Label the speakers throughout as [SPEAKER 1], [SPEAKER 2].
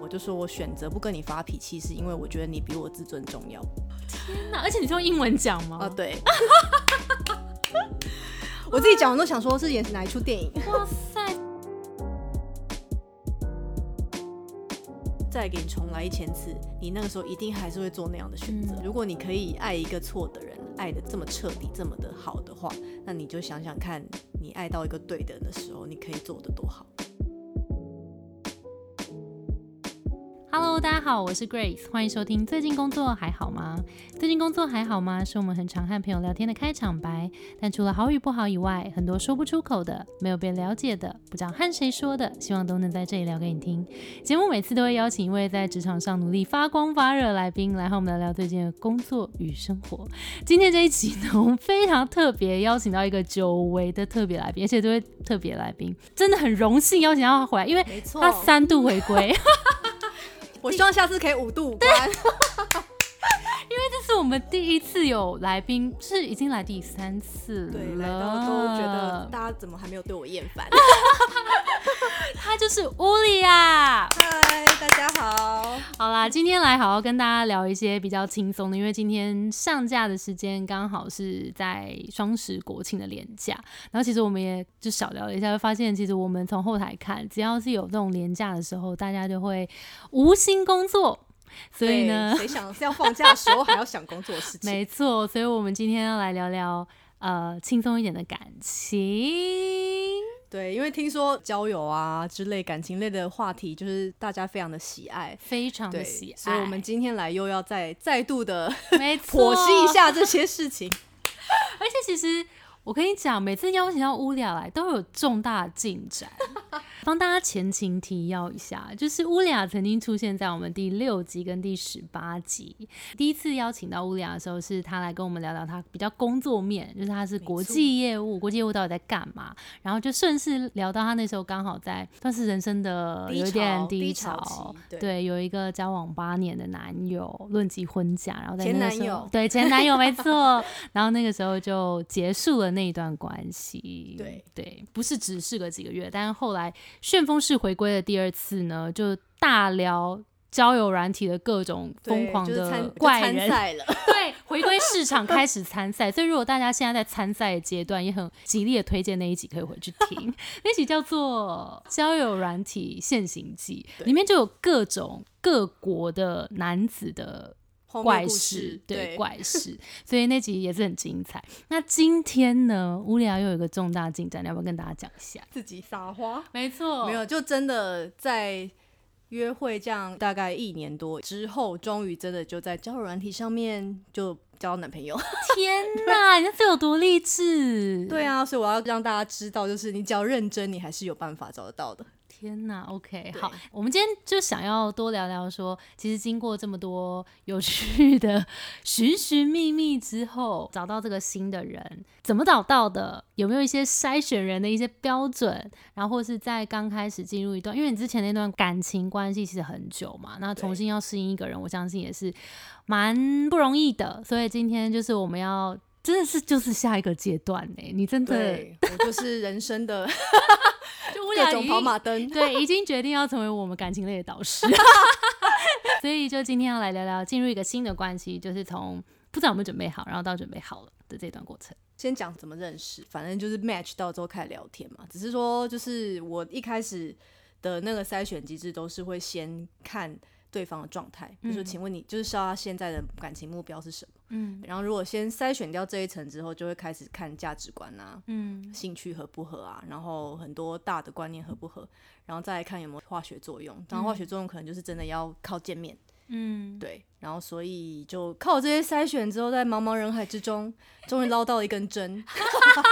[SPEAKER 1] 我就说我选择不跟你发脾气，是因为我觉得你比我自尊重要。
[SPEAKER 2] 天哪！而且你是用英文讲吗？
[SPEAKER 1] 啊，对。 我自己讲，我都想说是演哪一出电影。
[SPEAKER 2] 哇塞！
[SPEAKER 1] 再给你重来一千次，你那个时候一定还是会做那样的选择。
[SPEAKER 2] 嗯
[SPEAKER 1] 如果你可以爱一个错的人，爱的这么彻底，这么的好的话，那你就想想看，你爱到一个对的人的时候，你可以做的多好。
[SPEAKER 2] Hello，大家好，我是 Grace，欢迎收听。最近工作还好吗？最近工作还好吗？是我们很常和朋友聊天的开场白。但除了好与不好以外，很多说不出口的、没有被了解的、不知道和谁说的，希望都能在这里聊给你听。节目每次都会邀请一位在职场上努力发光发热的来宾，来和我们聊聊最近的工作与生活。今天这一集呢，我们非常特别邀请到一个久违的特别来宾，而且这位特别来宾真的很荣幸邀请到他回来，因为
[SPEAKER 1] 没错
[SPEAKER 2] 他三度回归。
[SPEAKER 1] 我希望下次可以五度五关。
[SPEAKER 2] 这是我们第一次有来宾，是已经来第三次 了。
[SPEAKER 1] 对，来到都觉得大家怎么还没有对我厌烦？
[SPEAKER 2] 他就是乌里
[SPEAKER 1] 啊
[SPEAKER 2] 亚。
[SPEAKER 1] 嗨，大家好。
[SPEAKER 2] 好啦，今天来好好跟大家聊一些比较轻松的，因为今天上架的时间刚好是在双十国庆的连假，然后其实我们也就小聊了一下，就发现其实我们从后台看，只要是有这种连假的时候，大家就会无心工作，所以呢，
[SPEAKER 1] 对谁想是要放假的时候还要想工作的事情？
[SPEAKER 2] 没错，所以我们今天要来聊聊呃轻松一点的感情。
[SPEAKER 1] 对，因为听说交友啊之类感情类的话题，就是大家非常的喜爱。
[SPEAKER 2] 非常
[SPEAKER 1] 对，
[SPEAKER 2] 的喜爱，
[SPEAKER 1] 所以我们今天来又要再再度 的
[SPEAKER 2] 没 错
[SPEAKER 1] 剖析一。下这些事情。
[SPEAKER 2] 而且其实我跟你讲，每次邀请到乌俩来都有重大的 进展。帮大家前情提要一下，就是乌俩曾经出现在我们第六集跟第十八集。第一次邀请到乌俩的时候，是他来跟我们聊聊他比较工作面，就是他是国际业务，国际业务到底在干嘛？然后就顺势聊到他那时候刚好在算是人生的
[SPEAKER 1] 低
[SPEAKER 2] 有一点
[SPEAKER 1] 潮
[SPEAKER 2] 低
[SPEAKER 1] 低潮期对
[SPEAKER 2] 对，有一个交往八年的男友论及婚嫁，然后在那个
[SPEAKER 1] 前男
[SPEAKER 2] 时候
[SPEAKER 1] 友
[SPEAKER 2] 对前男友 没错，然后那个时候就结束了那一段关系。
[SPEAKER 1] 对
[SPEAKER 2] 对，不是只是个几个月，但是后来旋风式回归的第二次呢，就大聊交友软体的各种 疯
[SPEAKER 1] 对
[SPEAKER 2] 狂
[SPEAKER 1] 就是
[SPEAKER 2] 的
[SPEAKER 1] 参
[SPEAKER 2] 怪
[SPEAKER 1] 就参
[SPEAKER 2] 人，
[SPEAKER 1] 赛了，
[SPEAKER 2] 对，回归市场开始参赛。所以如果大家现在在参赛的阶段，也很极力的推荐那一集可以回去 听，那集叫做《交友软体现行记》，
[SPEAKER 1] 对
[SPEAKER 2] 里面就有各种各国的男子的
[SPEAKER 1] 荒谬
[SPEAKER 2] 怪
[SPEAKER 1] 故
[SPEAKER 2] 事
[SPEAKER 1] 事，
[SPEAKER 2] 对
[SPEAKER 1] 对，
[SPEAKER 2] 怪事，所以那集也是很精彩。那今天呢，无聊又有一个重大进展，你要不要跟大家讲一下？
[SPEAKER 1] 自己撒花。
[SPEAKER 2] 没错
[SPEAKER 1] 没有，就真的在约会这样大概一年多之后，终于真的就在交友软体上面就交到男朋友。
[SPEAKER 2] 天哪，你这有多励志？，
[SPEAKER 1] 对啊，所以我要让大家知道，就是你只要认真，你还是有办法找得到的。
[SPEAKER 2] 天哪，OK，
[SPEAKER 1] 对
[SPEAKER 2] 好，我们今天就想要多聊聊说，其实经过这么多 有趣的寻寻觅觅之后，找到这个新的人，怎么找到的？有没有一些筛选人的一些标准？然后或是在刚开始进入一段，因为你之前那段感情关系其实很久嘛，那重
[SPEAKER 1] 对
[SPEAKER 2] 新要适应一个人，我相信也是蛮不容易的。所以今天就是我们要。真的是就是下一个阶段呢、你真的
[SPEAKER 1] 对，我就是人生的
[SPEAKER 2] 就无
[SPEAKER 1] 各
[SPEAKER 2] 聊
[SPEAKER 1] 种
[SPEAKER 2] 已
[SPEAKER 1] 跑
[SPEAKER 2] 经
[SPEAKER 1] 马 灯。
[SPEAKER 2] 对，已经决定要成为我们感情类的导师， 所以就今天要来聊聊进入一个新的关系，就是从不知道有没有准备好，然后到准备好了的这段过程。
[SPEAKER 1] 先讲怎么认识，反正就是 match 到之后开始聊天嘛。只是说，就是我一开始的那个筛选机制都是会先看对方的状态，就是说请问你就是知道他现在的感情目标是什么。
[SPEAKER 2] 嗯
[SPEAKER 1] 然后如果先筛选掉这一层之后，就会开始看价值观啊、
[SPEAKER 2] 嗯，
[SPEAKER 1] 兴趣合不合啊，然后很多大的观念合不合，然后再来看有没有化学作用。然后化学作用可能就是真的要靠见面。
[SPEAKER 2] 嗯，
[SPEAKER 1] 对，然后所以就靠这些筛选之后，在茫茫人海之中，终于捞到了一根针。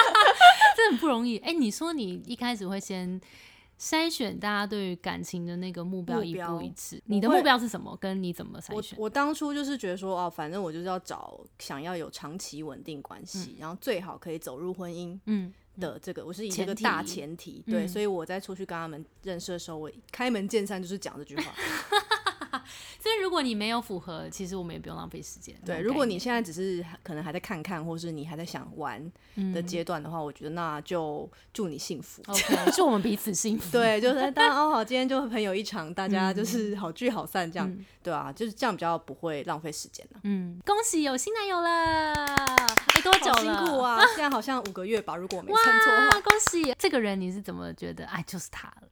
[SPEAKER 2] 这很不容易。哎、你说你一开始会先筛选大家对于感情的那个目标
[SPEAKER 1] 目
[SPEAKER 2] 一
[SPEAKER 1] 标
[SPEAKER 2] 步一致，
[SPEAKER 1] 我
[SPEAKER 2] 你的
[SPEAKER 1] 会
[SPEAKER 2] 目标是什么？跟你怎么筛
[SPEAKER 1] 我
[SPEAKER 2] 选？
[SPEAKER 1] 我当初就是觉得说，哦，反正我就是要找想要有长期稳定关系，然后最好可以走入婚姻
[SPEAKER 2] 嗯，
[SPEAKER 1] 的这个，我是以这个
[SPEAKER 2] 前提
[SPEAKER 1] 大前提。对，
[SPEAKER 2] 嗯
[SPEAKER 1] 所以我在出去跟他们认识的时候，我开门见山就是讲这句话。
[SPEAKER 2] 所以如果你没有符合，其实我们也不用浪费时间。
[SPEAKER 1] 对，如果 你现在只是可能还在看看，或是你还在想玩
[SPEAKER 2] 嗯
[SPEAKER 1] 的阶段的话，我觉得那就祝你幸福。
[SPEAKER 2] OK，祝我们彼此幸福。
[SPEAKER 1] 对，就是大家哦好，今天就朋友一场，大家
[SPEAKER 2] 嗯
[SPEAKER 1] 就是好聚好散这样，对啊，就是这样比较不会浪费时间了、
[SPEAKER 2] 嗯，恭喜有新男 友了！哎，多久
[SPEAKER 1] 好辛
[SPEAKER 2] 了？
[SPEAKER 1] 苦啊，现在好像五个月吧，如果我没算错的话。
[SPEAKER 2] 哇，恭喜！这个人你是怎么觉得？哎，就是他了。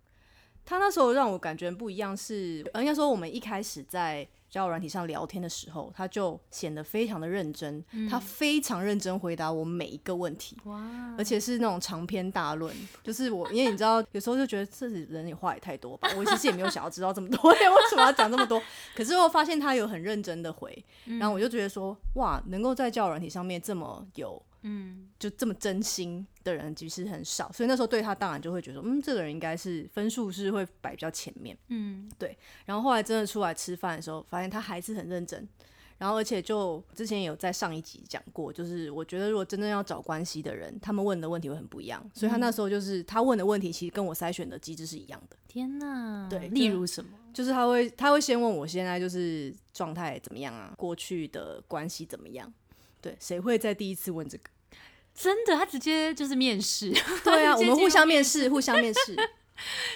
[SPEAKER 1] 他那时候让我感觉不一样是，呃应该说我们一开始在交友软体上聊天的时候，他就显得非常的认真，他非常认真回答我每一个问题。
[SPEAKER 2] 哇，
[SPEAKER 1] 而且是那种长篇大论，就是我，因为你知道，有时候就觉得这人也话也太多吧，我其实也没有想要知道这么多， 为什么要讲这么多？可是我发现他有很认真的回，然后我就觉得说，哇，能够在交友软体上面这么有
[SPEAKER 2] 嗯，
[SPEAKER 1] 就这么真心的人其实很少，所以那时候对他当然就会觉得说，嗯，这个人应该是分数是会摆比较前面，
[SPEAKER 2] 嗯，
[SPEAKER 1] 对。然后后来真的出来吃饭的时候，发现他还是很认真，然后而且就之前有在上一集讲过，就是我觉得如果真正要找关系的人，他们问的问题会很不一样，所以他那时候就是他问的问题其实跟我筛选的机制是一样的，
[SPEAKER 2] 天哪！
[SPEAKER 1] 对
[SPEAKER 2] 例如什么？
[SPEAKER 1] 就是他会他会先问我现在就是状态怎么样啊，过去的关系怎么样，对，谁会在第一次问这 个？
[SPEAKER 2] 真的，他直接就是面试，
[SPEAKER 1] 对啊， 我们
[SPEAKER 2] 直接进入
[SPEAKER 1] 互相面试，互相面试。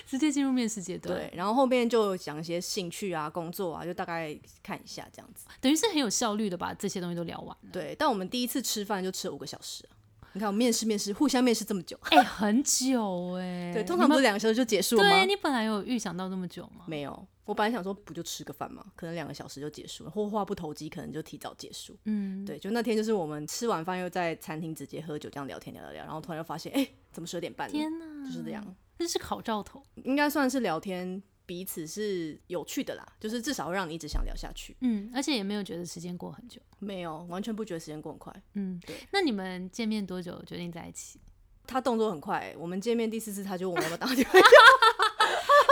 [SPEAKER 2] 直接进入面试阶段，
[SPEAKER 1] 对，然后后面就讲一些兴趣啊、工作啊，就大概看一下这样子。
[SPEAKER 2] 等于是很有效率的把这些东西都聊完了。
[SPEAKER 1] 对，但我们第一次吃饭就吃了五个小时啊、你看我面试面试，互相面试这么久，
[SPEAKER 2] 哎、很久 哎、
[SPEAKER 1] 对，通常
[SPEAKER 2] 你
[SPEAKER 1] 不是
[SPEAKER 2] 们
[SPEAKER 1] 两个小时就结束了吗
[SPEAKER 2] 对？你本来有预想到那么久吗？
[SPEAKER 1] 没有，我本来想说不就吃个饭嘛，可能两个小时就结束了，或话不投机，可能就提早结束。
[SPEAKER 2] 嗯，
[SPEAKER 1] 对，就那天就是我们吃完饭又在餐厅直接喝酒这样聊天聊聊聊，然后突然又发现，哎、怎么十二点半了？
[SPEAKER 2] 天哪，
[SPEAKER 1] 就是这，样，
[SPEAKER 2] 这是好兆头。
[SPEAKER 1] 应该算是聊天彼此是有趣的啦，就是至少会让你一直想聊下去。
[SPEAKER 2] 嗯，而且也没有觉得时间过很久。
[SPEAKER 1] 没有，完全不觉得时间过很快。
[SPEAKER 2] 嗯
[SPEAKER 1] 对，
[SPEAKER 2] 那你们见面多久决定在 一起？
[SPEAKER 1] 他动作很快、我们见面第四次他就问我要不要打电话，
[SPEAKER 2] 你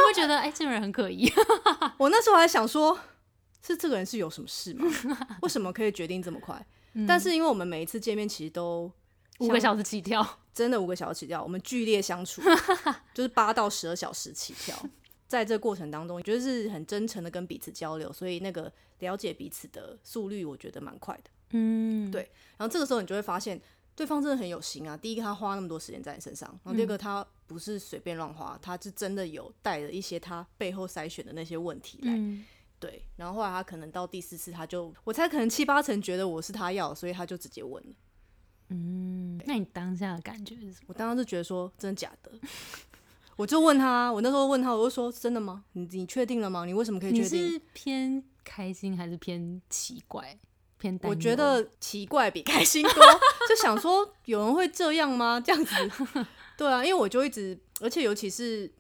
[SPEAKER 2] 会觉得哎、这个人很可疑？
[SPEAKER 1] 我那时候还想说，是这个人是有什么事吗？为什么可以决定这么快？但是因为我们每一次见面其实都
[SPEAKER 2] 五个小时起跳，
[SPEAKER 1] 真的五个小时起跳，我们剧烈相处，就是八到十二小时起跳。在这过程当中，觉得是很真诚的跟彼此交流，所以那个了解彼此的速率，我觉得蛮快的。
[SPEAKER 2] 嗯，
[SPEAKER 1] 对然后这个时候你就会发现，对方真的很有心啊。第一个，他花那么多时间在你身上；然后第二
[SPEAKER 2] 嗯
[SPEAKER 1] 个，他不是随便乱花，他是真的有带了一些他背后筛选的那些问题来。
[SPEAKER 2] 嗯，
[SPEAKER 1] 对，然后后来他可能到第四次，他就我猜可能七八成觉得我是他要的，所以他就直接问了。
[SPEAKER 2] 嗯，那你当下的感觉是什么？
[SPEAKER 1] 我当时就觉得说，真的假的？ 我就问他，啊我那时候问他，我就说真的吗？你你确定了吗？你为什么可以
[SPEAKER 2] 你
[SPEAKER 1] 确定？
[SPEAKER 2] 是偏开心还是偏奇怪？偏担
[SPEAKER 1] 我
[SPEAKER 2] 忧
[SPEAKER 1] 觉得奇怪比开心多，就想说有人会这样吗？这样子， 对啊，因为我就一直，而且尤其是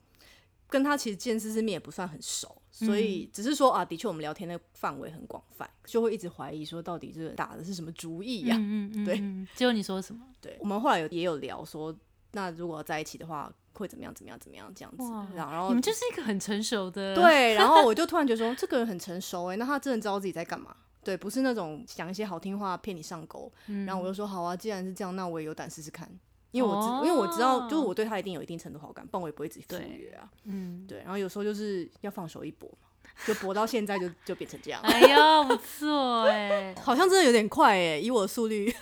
[SPEAKER 1] 跟他其实见识是面也不算很熟，所
[SPEAKER 2] 嗯
[SPEAKER 1] 以只是说啊，的确我们聊天的范围很广泛，就会一直怀疑说到底这个打的是什么主意呀、
[SPEAKER 2] 嗯嗯嗯，
[SPEAKER 1] 对
[SPEAKER 2] 嗯。结果你说什么？
[SPEAKER 1] 对，我们后来有也有聊说，那如果在一起的话会怎么样？怎么样？怎么样？这样子
[SPEAKER 2] 哇，
[SPEAKER 1] 然后
[SPEAKER 2] 你们就是一个很成熟的，，
[SPEAKER 1] 哦对，然后 我就突然觉得说，这个人很成熟哎、那他真的知道自己在干嘛。对，不是那种讲一些好听话骗你上钩。然后我就说好啊，既然是这样，那我也有胆试试看，因为我知，因为我知道，就是
[SPEAKER 2] 哦
[SPEAKER 1] 我对他一定有一定程度好感，不然我也不会自己赴
[SPEAKER 2] 对
[SPEAKER 1] 约啊。
[SPEAKER 2] 嗯，
[SPEAKER 1] 对，然后有时候就是要放手一搏嘛，就搏到现在就就变成这样，
[SPEAKER 2] 哎呦，不错哎，
[SPEAKER 1] 好像真的有点快哎、以我的速率，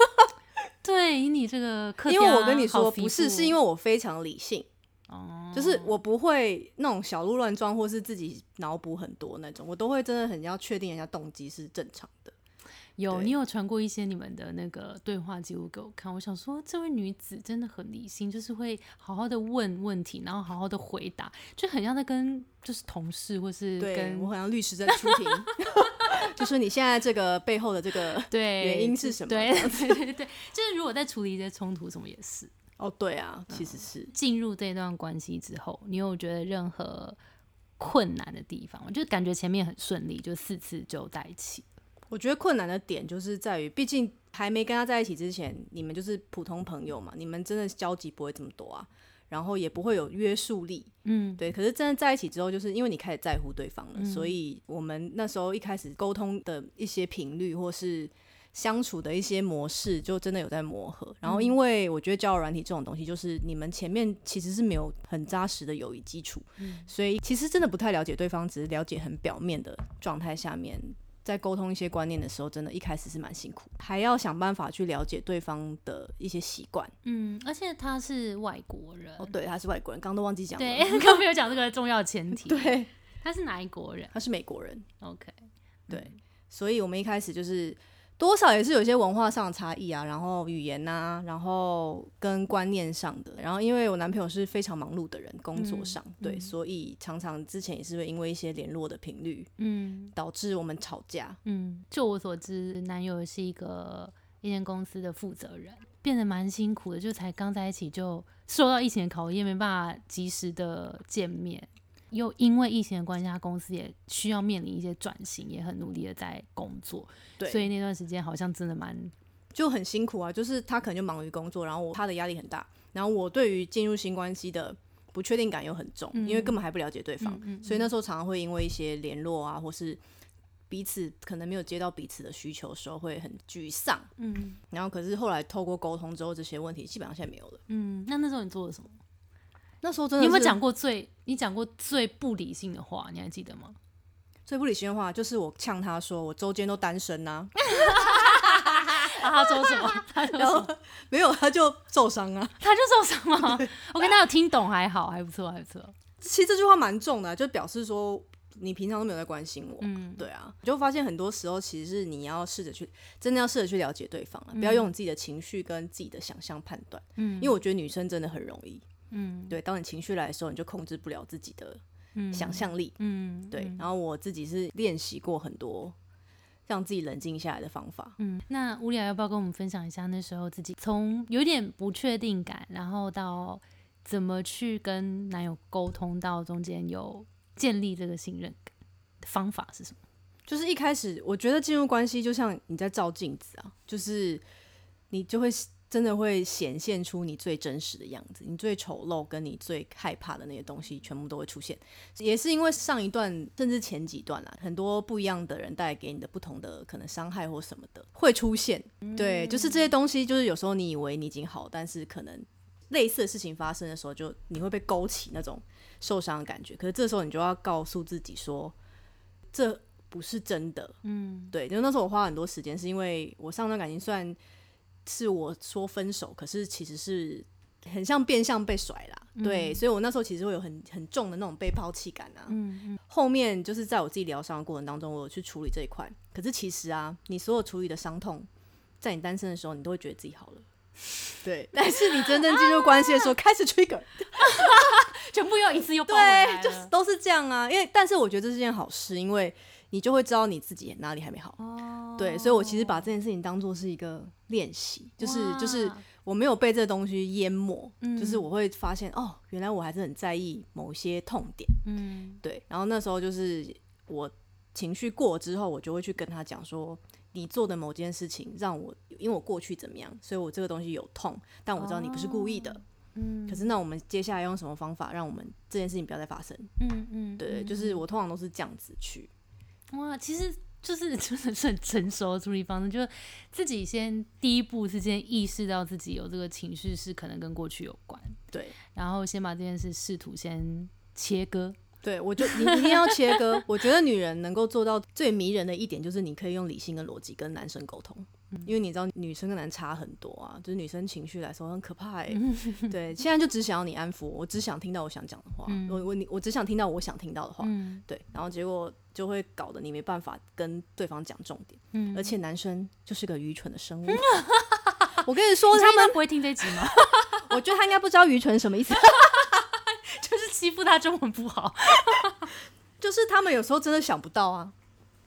[SPEAKER 2] 对，以你这个客家，
[SPEAKER 1] 因为我跟你
[SPEAKER 2] 好
[SPEAKER 1] 说
[SPEAKER 2] 皮
[SPEAKER 1] 不是，
[SPEAKER 2] 肤
[SPEAKER 1] 是因为我非常理性。
[SPEAKER 2] 哦，
[SPEAKER 1] 就是我不会那种小鹿乱撞，或是自己脑补很多那种，我都会真的很要确定人家动机是正常的。
[SPEAKER 2] 有
[SPEAKER 1] 对
[SPEAKER 2] 你有传过一些你们的那个对话记录给我看，我想说这位女子真的很理性，就是会好好的问问题，然后好好的回答，就很像在跟就是同事或是
[SPEAKER 1] 对
[SPEAKER 2] 跟
[SPEAKER 1] 我好像律师在出庭， 就是你现在这个背后的这个
[SPEAKER 2] 对
[SPEAKER 1] 原因是什么
[SPEAKER 2] 对对对对对，就是如果在处理一些冲突什么也是，
[SPEAKER 1] 哦，对啊，其
[SPEAKER 2] 嗯
[SPEAKER 1] 实是
[SPEAKER 2] 进入这段关系之后，你有觉得任何困难的地方吗？我就感觉前面很顺利，就四次就在一起。
[SPEAKER 1] 我觉得困难的点就是在于，毕竟还没跟他在一起之前，你们就是普通朋友嘛，你们真的交集不会这么多啊，然后也不会有约束力，
[SPEAKER 2] 嗯，
[SPEAKER 1] 对，可是真的在一起之后，就是因为你开始在乎对方了，所以我们那时候一开始沟通的一些频率或是相处的一些模式，就真的有在磨合。然后，因为我觉得交友软体这种东西，就是你们前面其实是没有很扎实的友谊基础，所以其实真的不太了解对方，只是了解很表面的状态下面。在沟通一些观念的时候，真的一开始是蛮辛苦，还要想办法去了解对方的一些习惯。
[SPEAKER 2] 嗯，而且他是外国人，
[SPEAKER 1] 哦，对，他是外国人，刚刚都忘记讲了。
[SPEAKER 2] 对， 刚没有讲这个重要前提，
[SPEAKER 1] 对，
[SPEAKER 2] 他是哪一国人
[SPEAKER 1] 他是美国人，
[SPEAKER 2] ？OK，嗯
[SPEAKER 1] 对，所以我们一开始就是多少也是有一些文化上的差异啊，然后语言呐、然后跟观念上的，然后因为我男朋友是非常忙碌的人，工作上、对，所以常常之前也是会因为一些联络的频率，
[SPEAKER 2] 嗯
[SPEAKER 1] 导致我们吵架。
[SPEAKER 2] 嗯，就我所知，男友是一个一间公司的负责人，变得蛮辛苦的，就才刚在一起就受到疫情的考验，没办法及时的见面。又因为疫情的关系，他公司也需要面临一些转型，也很努力的在工作，
[SPEAKER 1] 对嗯
[SPEAKER 2] 所以那段时间好像真的蛮
[SPEAKER 1] 就很辛苦啊，就是他可能就忙于工作，然后我他的压力很大，然后我对于进入新关系的不确定感又很重，因为根本还不了解对方，嗯
[SPEAKER 2] 嗯
[SPEAKER 1] 所以那时候常常会因为一些联络啊，或是彼此可能没有接到彼此的需求的时候，会很沮丧。
[SPEAKER 2] 嗯
[SPEAKER 1] 然后可是后来透过沟通之后，这些问题基本上现在没有了。
[SPEAKER 2] 嗯。那那时候你做了什么？
[SPEAKER 1] 那时候真
[SPEAKER 2] 你
[SPEAKER 1] 的
[SPEAKER 2] 有没有
[SPEAKER 1] 是
[SPEAKER 2] 讲过最你讲过最不理性的话？你还记得吗？
[SPEAKER 1] 最不理性的话，就是我呛他说我周间都单身呐、
[SPEAKER 2] 啊，他说什么？ 他说
[SPEAKER 1] 然
[SPEAKER 2] 什
[SPEAKER 1] 后
[SPEAKER 2] 么？
[SPEAKER 1] 没有他就受伤啊。
[SPEAKER 2] 他就说 什么？OK，那有听懂还好，还不错，还不错。
[SPEAKER 1] 其实这句话蛮重的啊、就表示说你平常都没有在关心我。
[SPEAKER 2] 嗯
[SPEAKER 1] 对啊，你就发现很多时候其实是你要试着去，真的要试着去了解对方了、不要用你自己的情绪跟自己的想象判断。
[SPEAKER 2] 嗯，
[SPEAKER 1] 因为我觉得女生真的很容易，
[SPEAKER 2] 嗯
[SPEAKER 1] 对，当你情绪来的时候，你就控制不了自己的
[SPEAKER 2] 嗯
[SPEAKER 1] 想象力。
[SPEAKER 2] 嗯，
[SPEAKER 1] 对，
[SPEAKER 2] 嗯
[SPEAKER 1] 然后我自己是练习过很多让自己冷静下来的方法。
[SPEAKER 2] 嗯，那乌里亚要不要跟我们分享一下那时候自己从有点不确定感，然后到怎么去跟男友沟通，到中间有建立这个信任感的方法是什么？
[SPEAKER 1] 就是一开始，我觉得进入关系就像你在照镜子啊，就是你就会真的会显现出你最真实的样子，你最丑陋跟你最害怕的那些东西，全部都会出现。也是因为上一段甚至前几段啦，很多不一样的人带来给你的不同的可能伤害或什么的会出现。对，就是这些东西，就是有时候你以为你已经好，但是可能类似的事情发生的时候，就你会被勾起那种受伤的感觉。可是这时候你就要告诉自己说，这不是真的。
[SPEAKER 2] 嗯
[SPEAKER 1] 对，就那时候我花很多时间，是因为我上段感情虽然是我说分手，可是其实是很像变相被甩啦。
[SPEAKER 2] 嗯
[SPEAKER 1] 对，所以我那时候其实会有很很重的那种被抛弃感啊。
[SPEAKER 2] 嗯
[SPEAKER 1] 后面就是在我自己疗伤的过程当中，我有去处理这一块。可是其实啊，你所有处理的伤痛，在你单身的时候，你都会觉得自己好了。对，但是你真正进入关系的时
[SPEAKER 2] 啊
[SPEAKER 1] 候，开始 trigger，
[SPEAKER 2] 全部又一次又抱回来
[SPEAKER 1] 对，就是
[SPEAKER 2] 了
[SPEAKER 1] 都是这样啊。因为，但是我觉得这是件好事，因为你就会知道你自己哪里还没好。
[SPEAKER 2] 哦
[SPEAKER 1] 对，所以我其实把这件事情当做是一个练习，就是就是
[SPEAKER 2] 哇
[SPEAKER 1] 我没有被这东西淹没，
[SPEAKER 2] 嗯
[SPEAKER 1] 就是我会发现哦，原来我还是很在意某些痛点。
[SPEAKER 2] 嗯
[SPEAKER 1] 对，然后那时候就是我情绪过了之后，我就会去跟他讲说，你做的某件事情让我，因为我过去怎么样，所以我这个东西有痛，但我知道你不是故意的。
[SPEAKER 2] 嗯
[SPEAKER 1] 可是那我们接下来用什么方法让我们这件事情不要再发生？
[SPEAKER 2] 嗯嗯，
[SPEAKER 1] 对，
[SPEAKER 2] 嗯
[SPEAKER 1] 就是我通常都是这样子去。
[SPEAKER 2] 哇，其实就是真的是很成熟的处理方式，就是自己先第一步是先意识到自己有这个情绪是可能跟过去有关，
[SPEAKER 1] 对，
[SPEAKER 2] 然后先把这件事试图先切割。
[SPEAKER 1] 对，我就你一定要切割。我觉得女人能够做到最迷人的一点，就是你可以用理性跟逻辑跟男生沟通，
[SPEAKER 2] 嗯
[SPEAKER 1] 因为你知道女生跟男生差很多啊，就是女生情绪来说很可怕哎、
[SPEAKER 2] 嗯
[SPEAKER 1] 对，现在就只想要你安抚我，我只想听到我想讲的话，我我你我只想听到我想听到的话，
[SPEAKER 2] 嗯
[SPEAKER 1] 对，然后结果就会搞得你没办法跟对方讲重点，
[SPEAKER 2] 嗯
[SPEAKER 1] 而且男生就是个愚蠢的 生物。我跟你说，哦
[SPEAKER 2] 他
[SPEAKER 1] 他
[SPEAKER 2] 们
[SPEAKER 1] 们，
[SPEAKER 2] 不会听这一集吗？
[SPEAKER 1] 我觉得他应该不知道愚蠢什么意思。
[SPEAKER 2] 就是欺负他中文不 好。
[SPEAKER 1] 就是他们有时候真的想不到啊，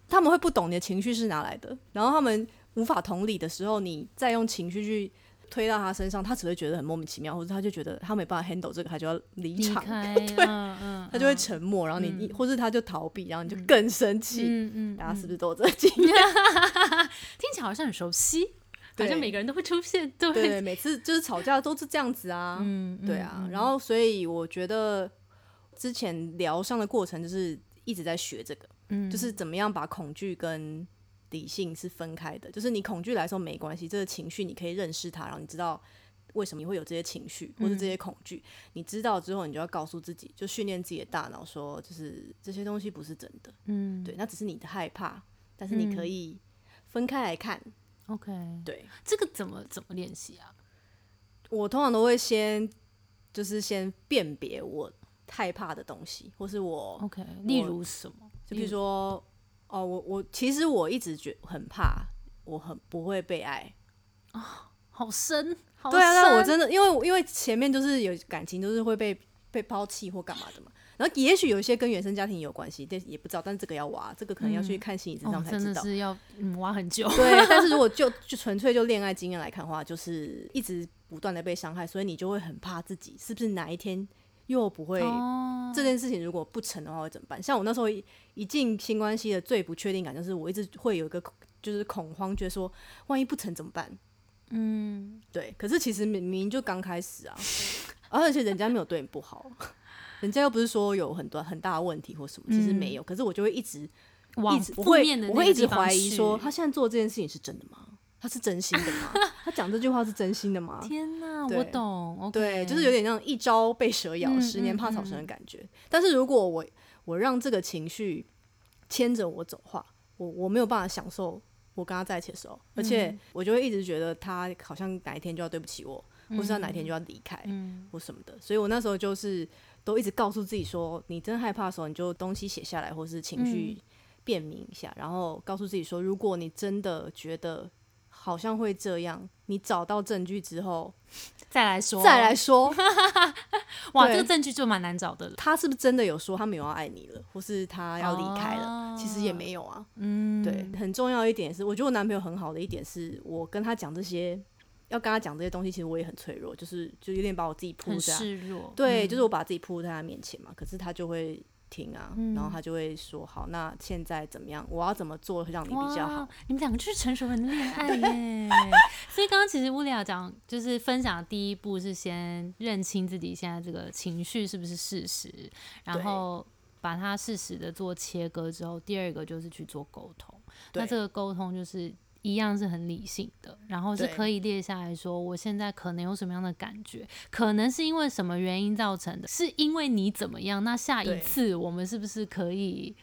[SPEAKER 1] 他们会不懂你的情绪是哪来的，然后他们无法同理的时候，你再用情绪去推到他身上，他只会觉得很莫名其妙，或者他就觉得他没办法 handle 这个，他就要离
[SPEAKER 2] 离
[SPEAKER 1] 场，
[SPEAKER 2] 开，嗯嗯，
[SPEAKER 1] 他就会沉默，然后你、你或是他就逃避，然后你就更生气。
[SPEAKER 2] 嗯嗯，
[SPEAKER 1] 大家是不是都有这个经验？
[SPEAKER 2] 听起来好像很熟悉，好
[SPEAKER 1] 对
[SPEAKER 2] 像每个人都会出现，对不
[SPEAKER 1] 对，每次就是吵架都是这样子啊。
[SPEAKER 2] 嗯，嗯
[SPEAKER 1] 对啊，然后所以我觉得之前疗伤的过程就是一直在学这个，
[SPEAKER 2] 嗯
[SPEAKER 1] 就是怎么样把恐惧跟理性是分开的，就是你恐惧来的时候没关系，这个情绪你可以认识它，然后你知道为什么你会有这些情绪或是这
[SPEAKER 2] 嗯
[SPEAKER 1] 些恐惧，你知道之后，你就要告诉自己，就训练自己的大脑说，就是这些东西不是真的，
[SPEAKER 2] 嗯，
[SPEAKER 1] 对，那只是你的害怕，但是你可以分开来看，
[SPEAKER 2] ，OK，
[SPEAKER 1] 对
[SPEAKER 2] 这个怎么怎么练习啊？
[SPEAKER 1] 我通常都会先就是先辨别我害怕的东西，或是我
[SPEAKER 2] OK，例如什么？
[SPEAKER 1] 就比如说，哦，我我其实我一直觉很怕，我很不会被爱。
[SPEAKER 2] 好深，好
[SPEAKER 1] 对啊，但我
[SPEAKER 2] 深
[SPEAKER 1] 真的因为因为前面就是有感情，就是会被被抛弃或干嘛的嘛。然后也许有一些跟原生家庭有关系，但也不知道。但这个要挖，这个可能要去看心理智
[SPEAKER 2] 哦
[SPEAKER 1] 商才
[SPEAKER 2] 真
[SPEAKER 1] 知
[SPEAKER 2] 的
[SPEAKER 1] 道。
[SPEAKER 2] 是要嗯挖 很久。
[SPEAKER 1] 对，但是如果就就纯粹就恋爱经验来看的话，就是一直不断的被伤害，所以你就会很怕自己是不是哪一天又不会
[SPEAKER 2] 哦，
[SPEAKER 1] 这件事情如果不成的话会怎么办？像我那时候一一进新关系的最不确定感，就是我一直会有一个恐就是恐慌，觉得说万一不成怎么办？
[SPEAKER 2] 嗯，
[SPEAKER 1] 对，可是其实明明就刚开始 啊，而且人家没有对你不好，人家又不是说有很多很大的问题或什么，其实没有。可是我就会一直一
[SPEAKER 2] 嗯往
[SPEAKER 1] 直我
[SPEAKER 2] 负
[SPEAKER 1] 会
[SPEAKER 2] 面的
[SPEAKER 1] 我
[SPEAKER 2] 那
[SPEAKER 1] 会
[SPEAKER 2] 个
[SPEAKER 1] 一
[SPEAKER 2] 地
[SPEAKER 1] 直
[SPEAKER 2] 方
[SPEAKER 1] 怀疑
[SPEAKER 2] 去
[SPEAKER 1] 说他现在做这件事情是真的吗？他是真心的 吗？他讲这句话是真心的吗？
[SPEAKER 2] 天哪，
[SPEAKER 1] 对
[SPEAKER 2] 我懂，OK，
[SPEAKER 1] 对，就是有点像一朝被蛇咬，
[SPEAKER 2] 嗯
[SPEAKER 1] 十年怕草绳的感觉。但是如果我我让这个情绪牵着我走的话，我我没有办法享受我跟他在一起的时候，而
[SPEAKER 2] 嗯
[SPEAKER 1] 且我就会一直觉得他好像哪一天就要对不起我，或是他哪一天
[SPEAKER 2] 嗯
[SPEAKER 1] 就要离开，或什么的。所以我那时候就是都一直告诉自己说，你真害怕的时候，你就东西写下来，或是情
[SPEAKER 2] 嗯
[SPEAKER 1] 绪辨明一下，然后告诉自己说，如果你真的觉得。好像会这样，你找到证据之后
[SPEAKER 2] 再来说，哦
[SPEAKER 1] 再来，说，
[SPEAKER 2] 哇，
[SPEAKER 1] 对
[SPEAKER 2] 这个证据就蛮难找的了。
[SPEAKER 1] 他是不是真的有说他没有要爱你了，或是他要离开了？
[SPEAKER 2] 哦
[SPEAKER 1] 其实也没有啊。
[SPEAKER 2] 嗯，
[SPEAKER 1] 对，很重要一点是，我觉得我男朋友很好的一点是，我跟他讲这些，要跟他讲这些东西，其实我也很脆弱，就是就有点把我自己铺
[SPEAKER 2] 很嗯
[SPEAKER 1] 在他，
[SPEAKER 2] 示弱，
[SPEAKER 1] 对，就是我把自己铺在他面前嘛，可是他就会。听啊，
[SPEAKER 2] 嗯
[SPEAKER 1] 然后他就会说：“好，那现在怎么样？我要怎么做让你比较好
[SPEAKER 2] 哇，你们两个就是成熟人的恋爱 耶。所以刚刚其实乌里亚讲，就是分享的第一步是先认清自己现在这个情绪是不是事实，然
[SPEAKER 1] 对
[SPEAKER 2] 后把它适时的做切割之后，第二个就是去做沟通。那
[SPEAKER 1] 对
[SPEAKER 2] 这个沟通就是。一样是很理性的，然后是
[SPEAKER 1] 对
[SPEAKER 2] 可以列下来说，我现在可能有什么样的感觉，可能是因为什么原因造成的，是因为你怎么样？那下一
[SPEAKER 1] 对
[SPEAKER 2] 次我们是不是可以？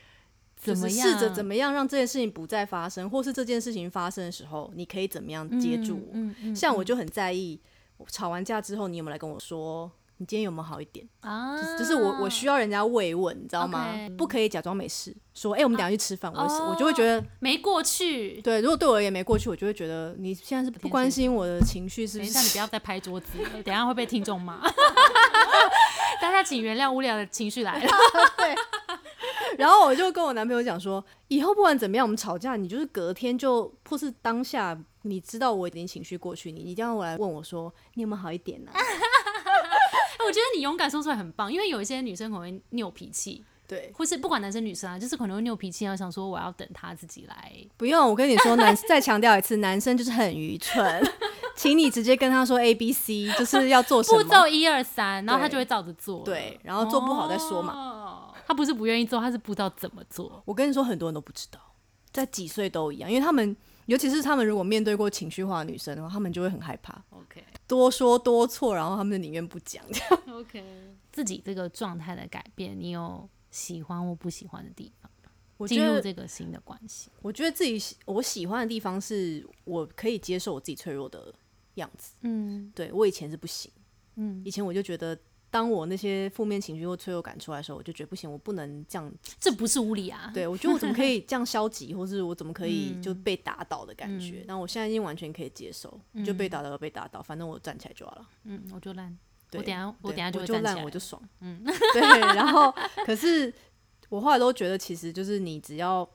[SPEAKER 1] 就
[SPEAKER 2] 怎么
[SPEAKER 1] 是
[SPEAKER 2] 样？
[SPEAKER 1] 试着怎么样让这件事情不再发生，或是这件事情发生的时候，你可以怎么样接住我？
[SPEAKER 2] 嗯嗯嗯
[SPEAKER 1] 像我就很在意，我吵完架之后，你有没有来跟我说，你今天有没有好一点？
[SPEAKER 2] 啊，
[SPEAKER 1] 就是就是我我需要人家慰问，你知道吗
[SPEAKER 2] OK
[SPEAKER 1] 不可以假装没事，说哎、欸我们等一下去吃饭，我会死
[SPEAKER 2] 哦
[SPEAKER 1] 我就会觉得，
[SPEAKER 2] 没过去。
[SPEAKER 1] 对，如果对我而言没过去，我就会觉得你现在是不关心我的情绪，是
[SPEAKER 2] 等
[SPEAKER 1] 不
[SPEAKER 2] 一下，你
[SPEAKER 1] 是？
[SPEAKER 2] 不要再拍桌子了， 等一下会被听众骂。 大家请原谅无聊的情绪来 了。
[SPEAKER 1] 然后我就跟我男朋友讲说，以后不管怎么样，我们吵架，你就是隔天就或是当下，你知道我已经情绪过去，你一定要来问我说你有没有好一点呢、啊？
[SPEAKER 2] 哎我觉得你勇敢说出来很棒，因为有一些女生可能会拗脾气，
[SPEAKER 1] 对，
[SPEAKER 2] 或是不管男生女生啊，就是可能会拗脾气，然后想说我要等他自己来。
[SPEAKER 1] 不用，我跟你说，男再强调一次，男生就是很愚蠢，请你直接跟他说 A B C，就是要做什
[SPEAKER 2] 步
[SPEAKER 1] 么。
[SPEAKER 2] 骤一二三，然后他
[SPEAKER 1] 对
[SPEAKER 2] 就会照着做了。
[SPEAKER 1] 对然后做不好再说
[SPEAKER 2] 哦
[SPEAKER 1] 嘛
[SPEAKER 2] 嘛。他不是不愿意做，他是不知道怎么做。
[SPEAKER 1] 我跟你说，很多人都不知道，在几岁都一样，因为他们，尤其是他们如果面对过情绪化的女生的话，他们就会很害怕，
[SPEAKER 2] OK
[SPEAKER 1] 多说多错，然后他们宁愿不讲。
[SPEAKER 2] OK，自己这个状态的改变，你有喜欢或不喜欢的地方？
[SPEAKER 1] 我觉
[SPEAKER 2] 进入
[SPEAKER 1] 得，
[SPEAKER 2] 这个新的关系。
[SPEAKER 1] 我觉得自己喜我喜欢的地方是我可以接受我自己脆弱的样子。
[SPEAKER 2] 嗯
[SPEAKER 1] 对我以前是不行，
[SPEAKER 2] 嗯，
[SPEAKER 1] 以前我就觉得。当我那些负面情绪或脆弱感出来的时候，我就觉得不行，我不能这样。
[SPEAKER 2] 这不是无理啊。，
[SPEAKER 1] 对我觉得我怎么可以这样消极，或是我怎么可以就被打倒的感觉？但我现在已经完全可以接受，就被打倒就被打倒，反正我站起来就好了。
[SPEAKER 2] 嗯，我就烂。我
[SPEAKER 1] 对
[SPEAKER 2] 等一下，我
[SPEAKER 1] 对
[SPEAKER 2] 等一下
[SPEAKER 1] 我
[SPEAKER 2] 会
[SPEAKER 1] 就
[SPEAKER 2] 站起
[SPEAKER 1] 烂
[SPEAKER 2] 来。
[SPEAKER 1] 我就爽，嗯， 对。然后可是我后来都觉得，其实就是你只要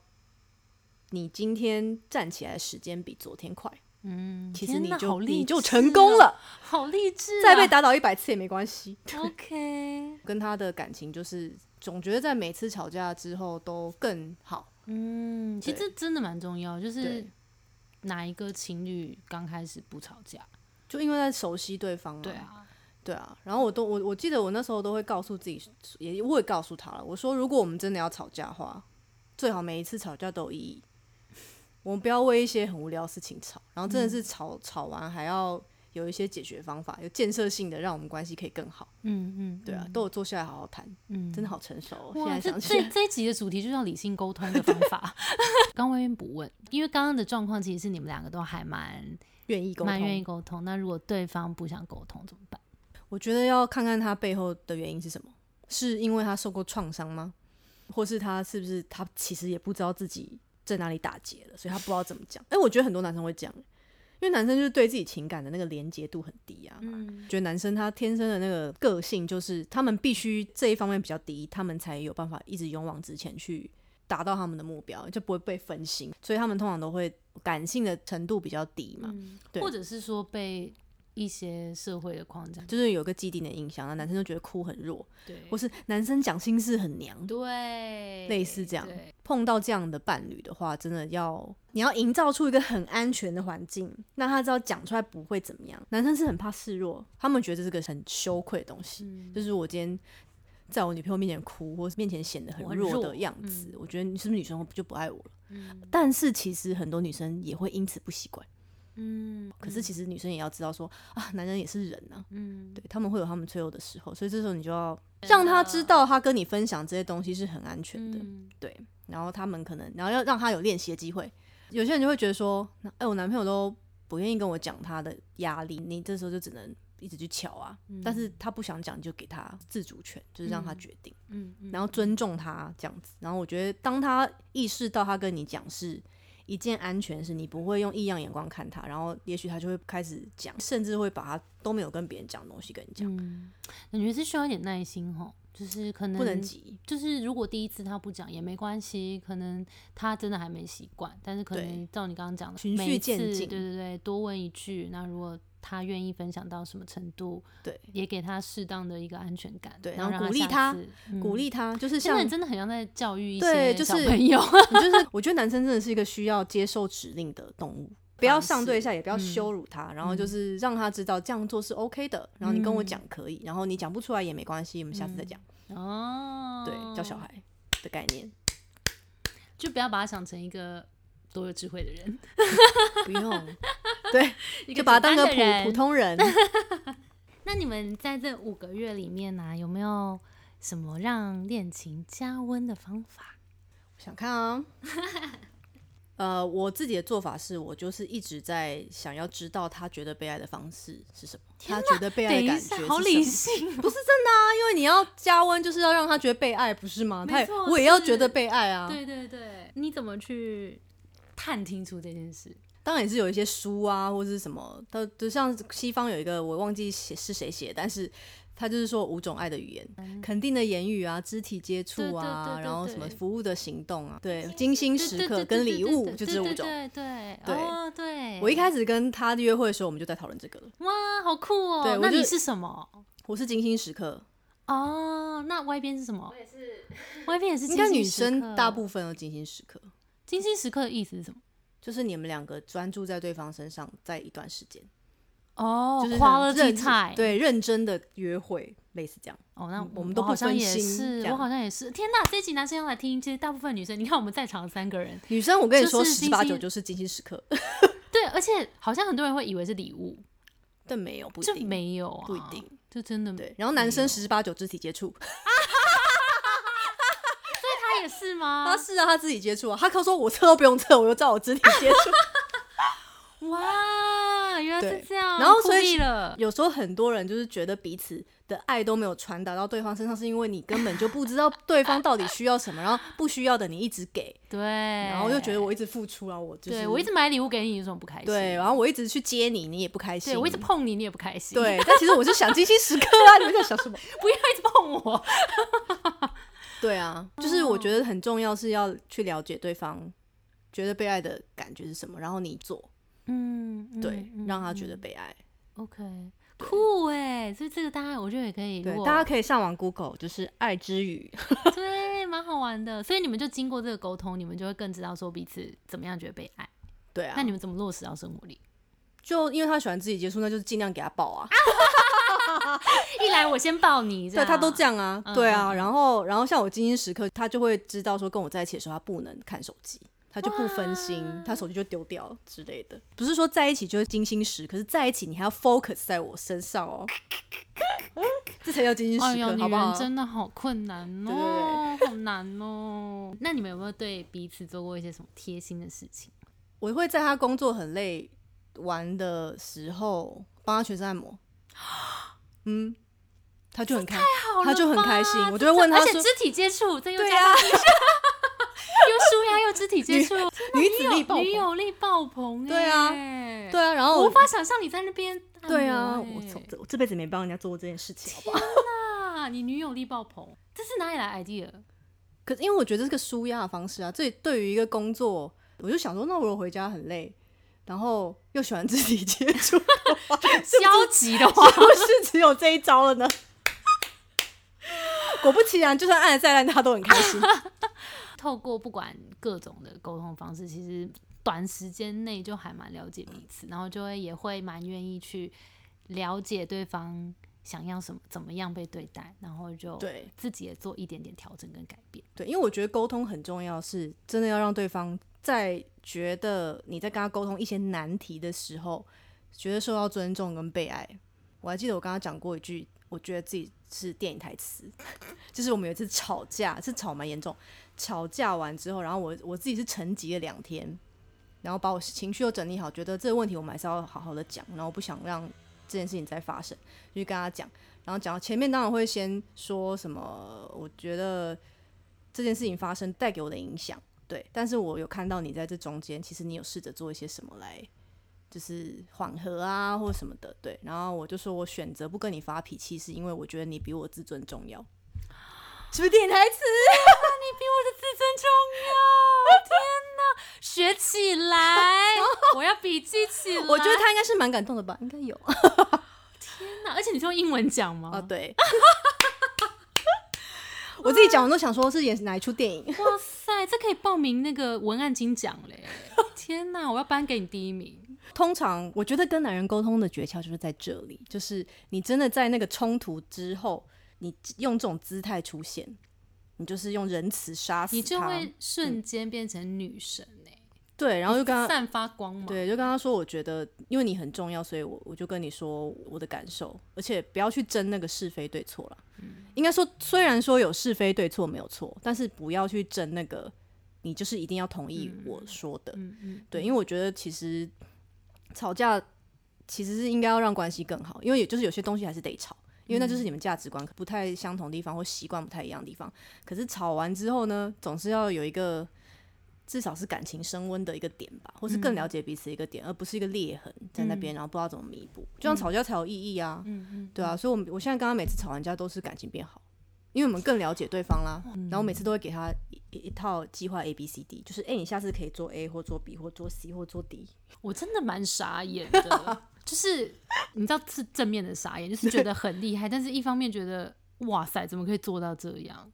[SPEAKER 1] 你今天站起来的时间比昨天快，
[SPEAKER 2] 嗯，
[SPEAKER 1] 其实
[SPEAKER 2] 天
[SPEAKER 1] 你
[SPEAKER 2] 哪好
[SPEAKER 1] 就
[SPEAKER 2] 励
[SPEAKER 1] 你就
[SPEAKER 2] 志
[SPEAKER 1] 成功
[SPEAKER 2] 哦，
[SPEAKER 1] 了，
[SPEAKER 2] 好励志啊。
[SPEAKER 1] 再被打倒一百次也没关系。
[SPEAKER 2] OK，
[SPEAKER 1] 跟他的感情就是总觉得在每次吵架之后都更好，
[SPEAKER 2] 嗯，其实
[SPEAKER 1] 对
[SPEAKER 2] 这真的蛮重要，就是
[SPEAKER 1] 对
[SPEAKER 2] 哪一个情侣刚开始不吵架？
[SPEAKER 1] 就因为在熟悉对方嘛。
[SPEAKER 2] 对啊，
[SPEAKER 1] 对啊，然后我都我我记得我那时候都会告诉自己，也我也告诉他了，我说如果我们真的要吵架的话，最好每一次吵架都有意义。我们不要为一些很无聊的事情吵，然后真的
[SPEAKER 2] 嗯
[SPEAKER 1] 是吵、吵完还要有一些解决方法，有建设性的，让我们关系可以更好。
[SPEAKER 2] 嗯嗯，
[SPEAKER 1] 对啊，都有坐下来好好谈，
[SPEAKER 2] 嗯，
[SPEAKER 1] 真的好成熟、哦。现
[SPEAKER 2] 哇，
[SPEAKER 1] 在
[SPEAKER 2] 这
[SPEAKER 1] 想起
[SPEAKER 2] 这
[SPEAKER 1] 来，
[SPEAKER 2] 这一集的主题就叫理性沟通的方 法。刚外面不问，因为刚刚的状况其实是你们两个都还蛮
[SPEAKER 1] 愿意沟
[SPEAKER 2] 蛮愿意
[SPEAKER 1] 通，
[SPEAKER 2] 沟通。那如果对方不想沟通怎么办？
[SPEAKER 1] 我觉得要看看他背后的原因是什么，是因为他受过创伤吗？或是他是不是他其实也不知道自己在哪里打结了，所以他不知道怎么讲。哎、我觉得很多男生会这样，因为男生就是对自己情感的那个连接度很低啊。
[SPEAKER 2] 嗯
[SPEAKER 1] 觉得男生他天生的那个个性，就是他们必须这一方面比较低，他们才有办法一直勇往直前去达到他们的目标，就不会被分心。所以他们通常都会感性的程度比较低嘛，
[SPEAKER 2] 嗯，
[SPEAKER 1] 对
[SPEAKER 2] 或者是说被一些社会的框架，
[SPEAKER 1] 就是有个既定的印象，那男生就觉得哭很弱，
[SPEAKER 2] 对，
[SPEAKER 1] 或是男生讲心事很娘。
[SPEAKER 2] 对，
[SPEAKER 1] 类似这样
[SPEAKER 2] 对
[SPEAKER 1] 碰到这样的伴侣的话，真的要你要营造出一个很安全的环境，让他知道讲出来不会怎么样。男生是很怕示弱，他们觉得这是个很羞愧的东西，
[SPEAKER 2] 嗯
[SPEAKER 1] 就是我今天。在我女朋友面前哭，或是面前显得很
[SPEAKER 2] 我很
[SPEAKER 1] 弱
[SPEAKER 2] 弱嗯
[SPEAKER 1] 的样子，我觉得你是不是女生就不爱我了？但是其实很多女生也会因此不习惯。
[SPEAKER 2] 嗯，
[SPEAKER 1] 可是其实女生也要知道说啊，男人也是人啊，
[SPEAKER 2] 嗯，
[SPEAKER 1] 对他们会有他们脆弱的时候，所以这时候你就要让他知道，他跟你分享这些东西是很安全的。
[SPEAKER 2] 啊嗯
[SPEAKER 1] 对，然后他们可能，然后要让他有练习的机会。有些人就会觉得说，那哎、我男朋友都不愿意跟我讲他的压力，你这时候就只能一直去瞧啊。但是他不想讲，你就给他自主权，就是让他决定，
[SPEAKER 2] 嗯嗯嗯，
[SPEAKER 1] 然后尊重他这样子。然后我觉得，当他意识到他跟你讲是一件安全事，你不会用异样眼光看他，然后也许他就会开始讲，甚至会把他都没有跟别人讲的东西跟你讲，
[SPEAKER 2] 嗯，感觉是需要一点耐心吼，就是可能
[SPEAKER 1] 不能急。
[SPEAKER 2] 就是如果第一次他不讲也没关系，可能他真的还没习惯，但是可能
[SPEAKER 1] 对
[SPEAKER 2] 照你刚刚讲的，
[SPEAKER 1] 循序
[SPEAKER 2] 每一次
[SPEAKER 1] 渐
[SPEAKER 2] 对
[SPEAKER 1] 进
[SPEAKER 2] 对对，多问一句。那如果他愿意分享到什么程度，
[SPEAKER 1] 对，
[SPEAKER 2] 也给他适当的一个安全感，
[SPEAKER 1] 对
[SPEAKER 2] 然
[SPEAKER 1] 然后
[SPEAKER 2] 让
[SPEAKER 1] 鼓励
[SPEAKER 2] 他
[SPEAKER 1] 他
[SPEAKER 2] 下次，嗯
[SPEAKER 1] 鼓。励他，就是
[SPEAKER 2] 现在
[SPEAKER 1] 像
[SPEAKER 2] 真的很像在教育一些
[SPEAKER 1] 对就
[SPEAKER 2] 小
[SPEAKER 1] 是
[SPEAKER 2] 朋 友，
[SPEAKER 1] 你就是我觉得男生真的是一个需要接受指令的动物，不要上对下，也
[SPEAKER 2] 嗯
[SPEAKER 1] 不要羞辱他，然后就是让他知道这样做是 OK 的，然后你跟我
[SPEAKER 2] 嗯
[SPEAKER 1] 讲可以，然后你讲不出来也没关系，我们下次再讲。
[SPEAKER 2] 哦，
[SPEAKER 1] 对，教小，孩的概 念
[SPEAKER 2] 就不要把他想成一个多有智慧的人，
[SPEAKER 1] 不用，
[SPEAKER 2] 一
[SPEAKER 1] 就把他当
[SPEAKER 2] 简单
[SPEAKER 1] 个
[SPEAKER 2] 的人
[SPEAKER 1] 普普通 人。
[SPEAKER 2] 那你们在这五个月里面呢、有没有什么让恋情加温的方法？
[SPEAKER 1] 想看啊。呃，我自己的做法是我就是一直在想要知道他觉得被爱的方式是什么，他觉得被爱
[SPEAKER 2] 等
[SPEAKER 1] 的
[SPEAKER 2] 一
[SPEAKER 1] 感觉
[SPEAKER 2] 下
[SPEAKER 1] 是，
[SPEAKER 2] 好理
[SPEAKER 1] 什么
[SPEAKER 2] 性 哦、
[SPEAKER 1] 不是真的啊，因为你要加温，就是要让他觉得被爱，不是吗？他也
[SPEAKER 2] 没错
[SPEAKER 1] 我也要
[SPEAKER 2] 是
[SPEAKER 1] 觉得被爱啊。
[SPEAKER 2] 对对对，哦你怎么去探听出这件事？
[SPEAKER 1] 当然也是有一些书啊，或者是什么，它就像西方有一个我忘记写是谁写，但是他就是说五种爱的语言，肯定的言语啊，肢体接触啊，
[SPEAKER 2] 嗯对对对对对
[SPEAKER 1] 然后什么服务的行动啊，对，精心
[SPEAKER 2] 精对
[SPEAKER 1] 时
[SPEAKER 2] 对
[SPEAKER 1] 刻
[SPEAKER 2] 对
[SPEAKER 1] 跟
[SPEAKER 2] 对
[SPEAKER 1] 礼
[SPEAKER 2] 对
[SPEAKER 1] 物
[SPEAKER 2] 对
[SPEAKER 1] 就
[SPEAKER 2] 对
[SPEAKER 1] 这五
[SPEAKER 2] 对
[SPEAKER 1] 种。
[SPEAKER 2] 对对
[SPEAKER 1] 对
[SPEAKER 2] 哦对，
[SPEAKER 1] 我一开始跟他约会的时候，我们就在讨论这个了。
[SPEAKER 2] 哇，好酷哦、
[SPEAKER 1] 对我
[SPEAKER 2] 那
[SPEAKER 1] 就
[SPEAKER 2] 你是什么？
[SPEAKER 1] 我是精心时刻，
[SPEAKER 2] 哦，那 Y 边是什么？我也是，Y 边也是
[SPEAKER 1] 应
[SPEAKER 2] 精
[SPEAKER 1] 该
[SPEAKER 2] 心
[SPEAKER 1] 女
[SPEAKER 2] 时刻。
[SPEAKER 1] 生大部分都精心时刻，
[SPEAKER 2] 精心时刻的意思是什么？
[SPEAKER 1] 就是你们两个专注在对方身上，在一段时间，
[SPEAKER 2] 哦
[SPEAKER 1] 就是很
[SPEAKER 2] ，quality
[SPEAKER 1] 认
[SPEAKER 2] time。
[SPEAKER 1] 对认真的约会，类似这样。
[SPEAKER 2] 哦，那
[SPEAKER 1] 嗯我们都
[SPEAKER 2] 好
[SPEAKER 1] 不
[SPEAKER 2] 像
[SPEAKER 1] 分
[SPEAKER 2] 也
[SPEAKER 1] 心
[SPEAKER 2] 是，
[SPEAKER 1] 这
[SPEAKER 2] 我
[SPEAKER 1] 样
[SPEAKER 2] 好像也是。天哪，这一集男生要来听，其实大部分女生，你看我们在场的三个人，
[SPEAKER 1] 女生，我跟你
[SPEAKER 2] 就是
[SPEAKER 1] 说，
[SPEAKER 2] 精
[SPEAKER 1] 十
[SPEAKER 2] 心
[SPEAKER 1] 八九就是精心时刻，
[SPEAKER 2] 对，而且好像很多人会以为是礼物，
[SPEAKER 1] 但没有，不一
[SPEAKER 2] 就
[SPEAKER 1] 定。
[SPEAKER 2] 没有啊，
[SPEAKER 1] 不一定，
[SPEAKER 2] 就真的
[SPEAKER 1] 对，然后男生十八九肢体接触，
[SPEAKER 2] 他也是吗
[SPEAKER 1] 他？是啊，他自己接触啊，他可说我测都不用测，我就照我肢体接触。
[SPEAKER 2] 哇，原来
[SPEAKER 1] 对
[SPEAKER 2] 是这样，
[SPEAKER 1] 然后
[SPEAKER 2] 酷
[SPEAKER 1] 所以
[SPEAKER 2] 毙了，
[SPEAKER 1] 有时候很多人就是觉得彼此的爱都没有传达到对方身上，是因为你根本就不知道对方到底需要什么，然后不需要的你一直给，
[SPEAKER 2] 对，
[SPEAKER 1] 然
[SPEAKER 2] 然
[SPEAKER 1] 后就觉得我一直付出啊，我就是
[SPEAKER 2] 对我一直买礼物给你，有什么不开心？
[SPEAKER 1] 对，然后我一直去接你，你也不开心，
[SPEAKER 2] 对我一直碰你，你也不开心，，
[SPEAKER 1] 对，但其实我是想精心时刻啊，你们在想什么？
[SPEAKER 2] 不要一直碰 我，
[SPEAKER 1] 对啊，就是我觉得很重要是要去了解对方觉得被爱的感觉是什么，然后你做，
[SPEAKER 2] 嗯，
[SPEAKER 1] 对，让他觉
[SPEAKER 2] 得
[SPEAKER 1] 得被爱。
[SPEAKER 2] OK，酷哎，所以这个大家我觉得也可以，
[SPEAKER 1] 对
[SPEAKER 2] 如，果
[SPEAKER 1] 大家可以上网 Google，就是爱之语。
[SPEAKER 2] 对，蛮好玩的。所以你们就经过这个沟通，你们就会更知道说彼此怎么样觉得被爱。
[SPEAKER 1] 对啊
[SPEAKER 2] 那，你们怎么落实到生活里？
[SPEAKER 1] 就因为他喜欢自己接触，那就是尽量给他抱啊。
[SPEAKER 2] 一来我先抱你，
[SPEAKER 1] 对他都这
[SPEAKER 2] 样。
[SPEAKER 1] 样啊
[SPEAKER 2] 嗯，
[SPEAKER 1] 对啊。然后，然后像我精心时刻，他就会知道说跟我在一起的时候，他不能看手机，他就不分心，他手机就丢掉之类的。不是说在一起就是精心时刻，可是在一起你还要 focus 在我身上哦， 这才叫精心时
[SPEAKER 2] 哎呦，
[SPEAKER 1] 刻，
[SPEAKER 2] 女
[SPEAKER 1] 好不好
[SPEAKER 2] 人？真的好困难哦，好难哦。那你们有没有对彼此做过一些什么贴心的事情？
[SPEAKER 1] 我会在他工作很累玩的时候帮他全身按摩，嗯，他就很开，他就很开心。我就会问他
[SPEAKER 2] 而且
[SPEAKER 1] 说
[SPEAKER 2] 肢体接触，这又
[SPEAKER 1] 对
[SPEAKER 2] 加
[SPEAKER 1] 啊
[SPEAKER 2] 上又舒压又肢体接触，：“
[SPEAKER 1] 女子力爆
[SPEAKER 2] 女
[SPEAKER 1] 棚。
[SPEAKER 2] 友力爆棚、欸，
[SPEAKER 1] 对啊，对啊，然”后
[SPEAKER 2] 我无
[SPEAKER 1] 我
[SPEAKER 2] 法想象你在那边按摩欸、
[SPEAKER 1] 对啊，我从这我这辈子没帮人家做过这件事情，好不好？
[SPEAKER 2] 啊，你女友力爆棚，这是哪里来 idea？
[SPEAKER 1] 可是因为我觉得这是个舒压的方式啊，这对于一个工作，我就想说，那我如果回家很累，然后又喜欢肢体接触的话， 是
[SPEAKER 2] 消极的话，
[SPEAKER 1] 不是只有这一招了呢？果不其然，就算按的再烂，他都很开心。
[SPEAKER 2] 透过不管各种的沟通方式，其实短时间内就还蛮了解彼此，然后就会也会蛮愿意去了解对方想要什么，怎么样被对待，然后就
[SPEAKER 1] 对
[SPEAKER 2] 自己也做一点点调整跟改变。
[SPEAKER 1] 对，因为我觉得沟通很重要，是真的要让对方在觉得你在跟他沟通一些难题的时候，觉得受到尊重跟被爱。我还记得我刚刚讲过一句，我觉得自己是电影台词， 就是我们有一次吵架，是吵蛮严重，吵架完之后，然后我我自己是沉寂了两天，然后把我情绪又整理好，觉得这个问题我们还是要好好的讲，然后我不想让这件事情再发生，就去跟他讲。然后讲到前面当然会先说什么，我觉得这件事情发生带给我的影响，对。但是我有看到你在这中间，其实你有试着做一些什么来，就是缓和啊或什么的，对。然后我就说我选择不跟你发脾气，是因为我觉得你比我自尊重要，是不是电影台词？
[SPEAKER 2] 你比我的自尊重要，天哪，学起来，我要笔记起 来。
[SPEAKER 1] 我觉得他应该是蛮感动的吧，应该有啊、
[SPEAKER 2] 天哪，而且你是用英文讲吗？
[SPEAKER 1] 对。 我自己讲，我都想说是演哪一出电影？
[SPEAKER 2] 哇塞，这可以报名那个文案金奖嘞！天哪，我要颁给你第一名。
[SPEAKER 1] 通常我觉得跟男人沟通的诀窍就是在这里，就是你真的在那个冲突之后，你用这种姿态出现，你就是用仁慈杀死他，嗯
[SPEAKER 2] 你就会瞬间变成女神哎、
[SPEAKER 1] 对，然后就跟他
[SPEAKER 2] 散发光芒。
[SPEAKER 1] 对，就跟他说，我觉得因为你很重要，所以我我就跟你说我的感受，而且不要去争那个是非对错了。
[SPEAKER 2] 嗯
[SPEAKER 1] 应该说，虽然说有是非对错没有错，但是不要去争那个，你就是一定要同意我说的。
[SPEAKER 2] 嗯嗯，
[SPEAKER 1] 对，因为我觉得其实吵架其实是应该要让关系更好，因为也就是有些东西还是得吵，因为那
[SPEAKER 2] 嗯
[SPEAKER 1] 就是你们价值观不太相同的地方或习惯不太一样的地方。可是吵完之后呢，总是要有一个至少是感情升温的一个点吧，或是更了解彼此的一个点，而不是一个裂痕在那边，然后不知道怎么弥补，这样吵架才有意义啊。嗯嗯，对啊，所以我我现在刚刚每次吵完架都是感情变好。因为我们更了解对方啦，然后每次都会给他一一一套计划 A B C D，就是哎、你下次可以做 A 或做 B 或做 C 或做 D，
[SPEAKER 2] 我真的蛮傻眼的， 就是你知道是正面的傻眼，就是觉得很厉害，但是一方面觉得哇塞，怎么可以做到这样？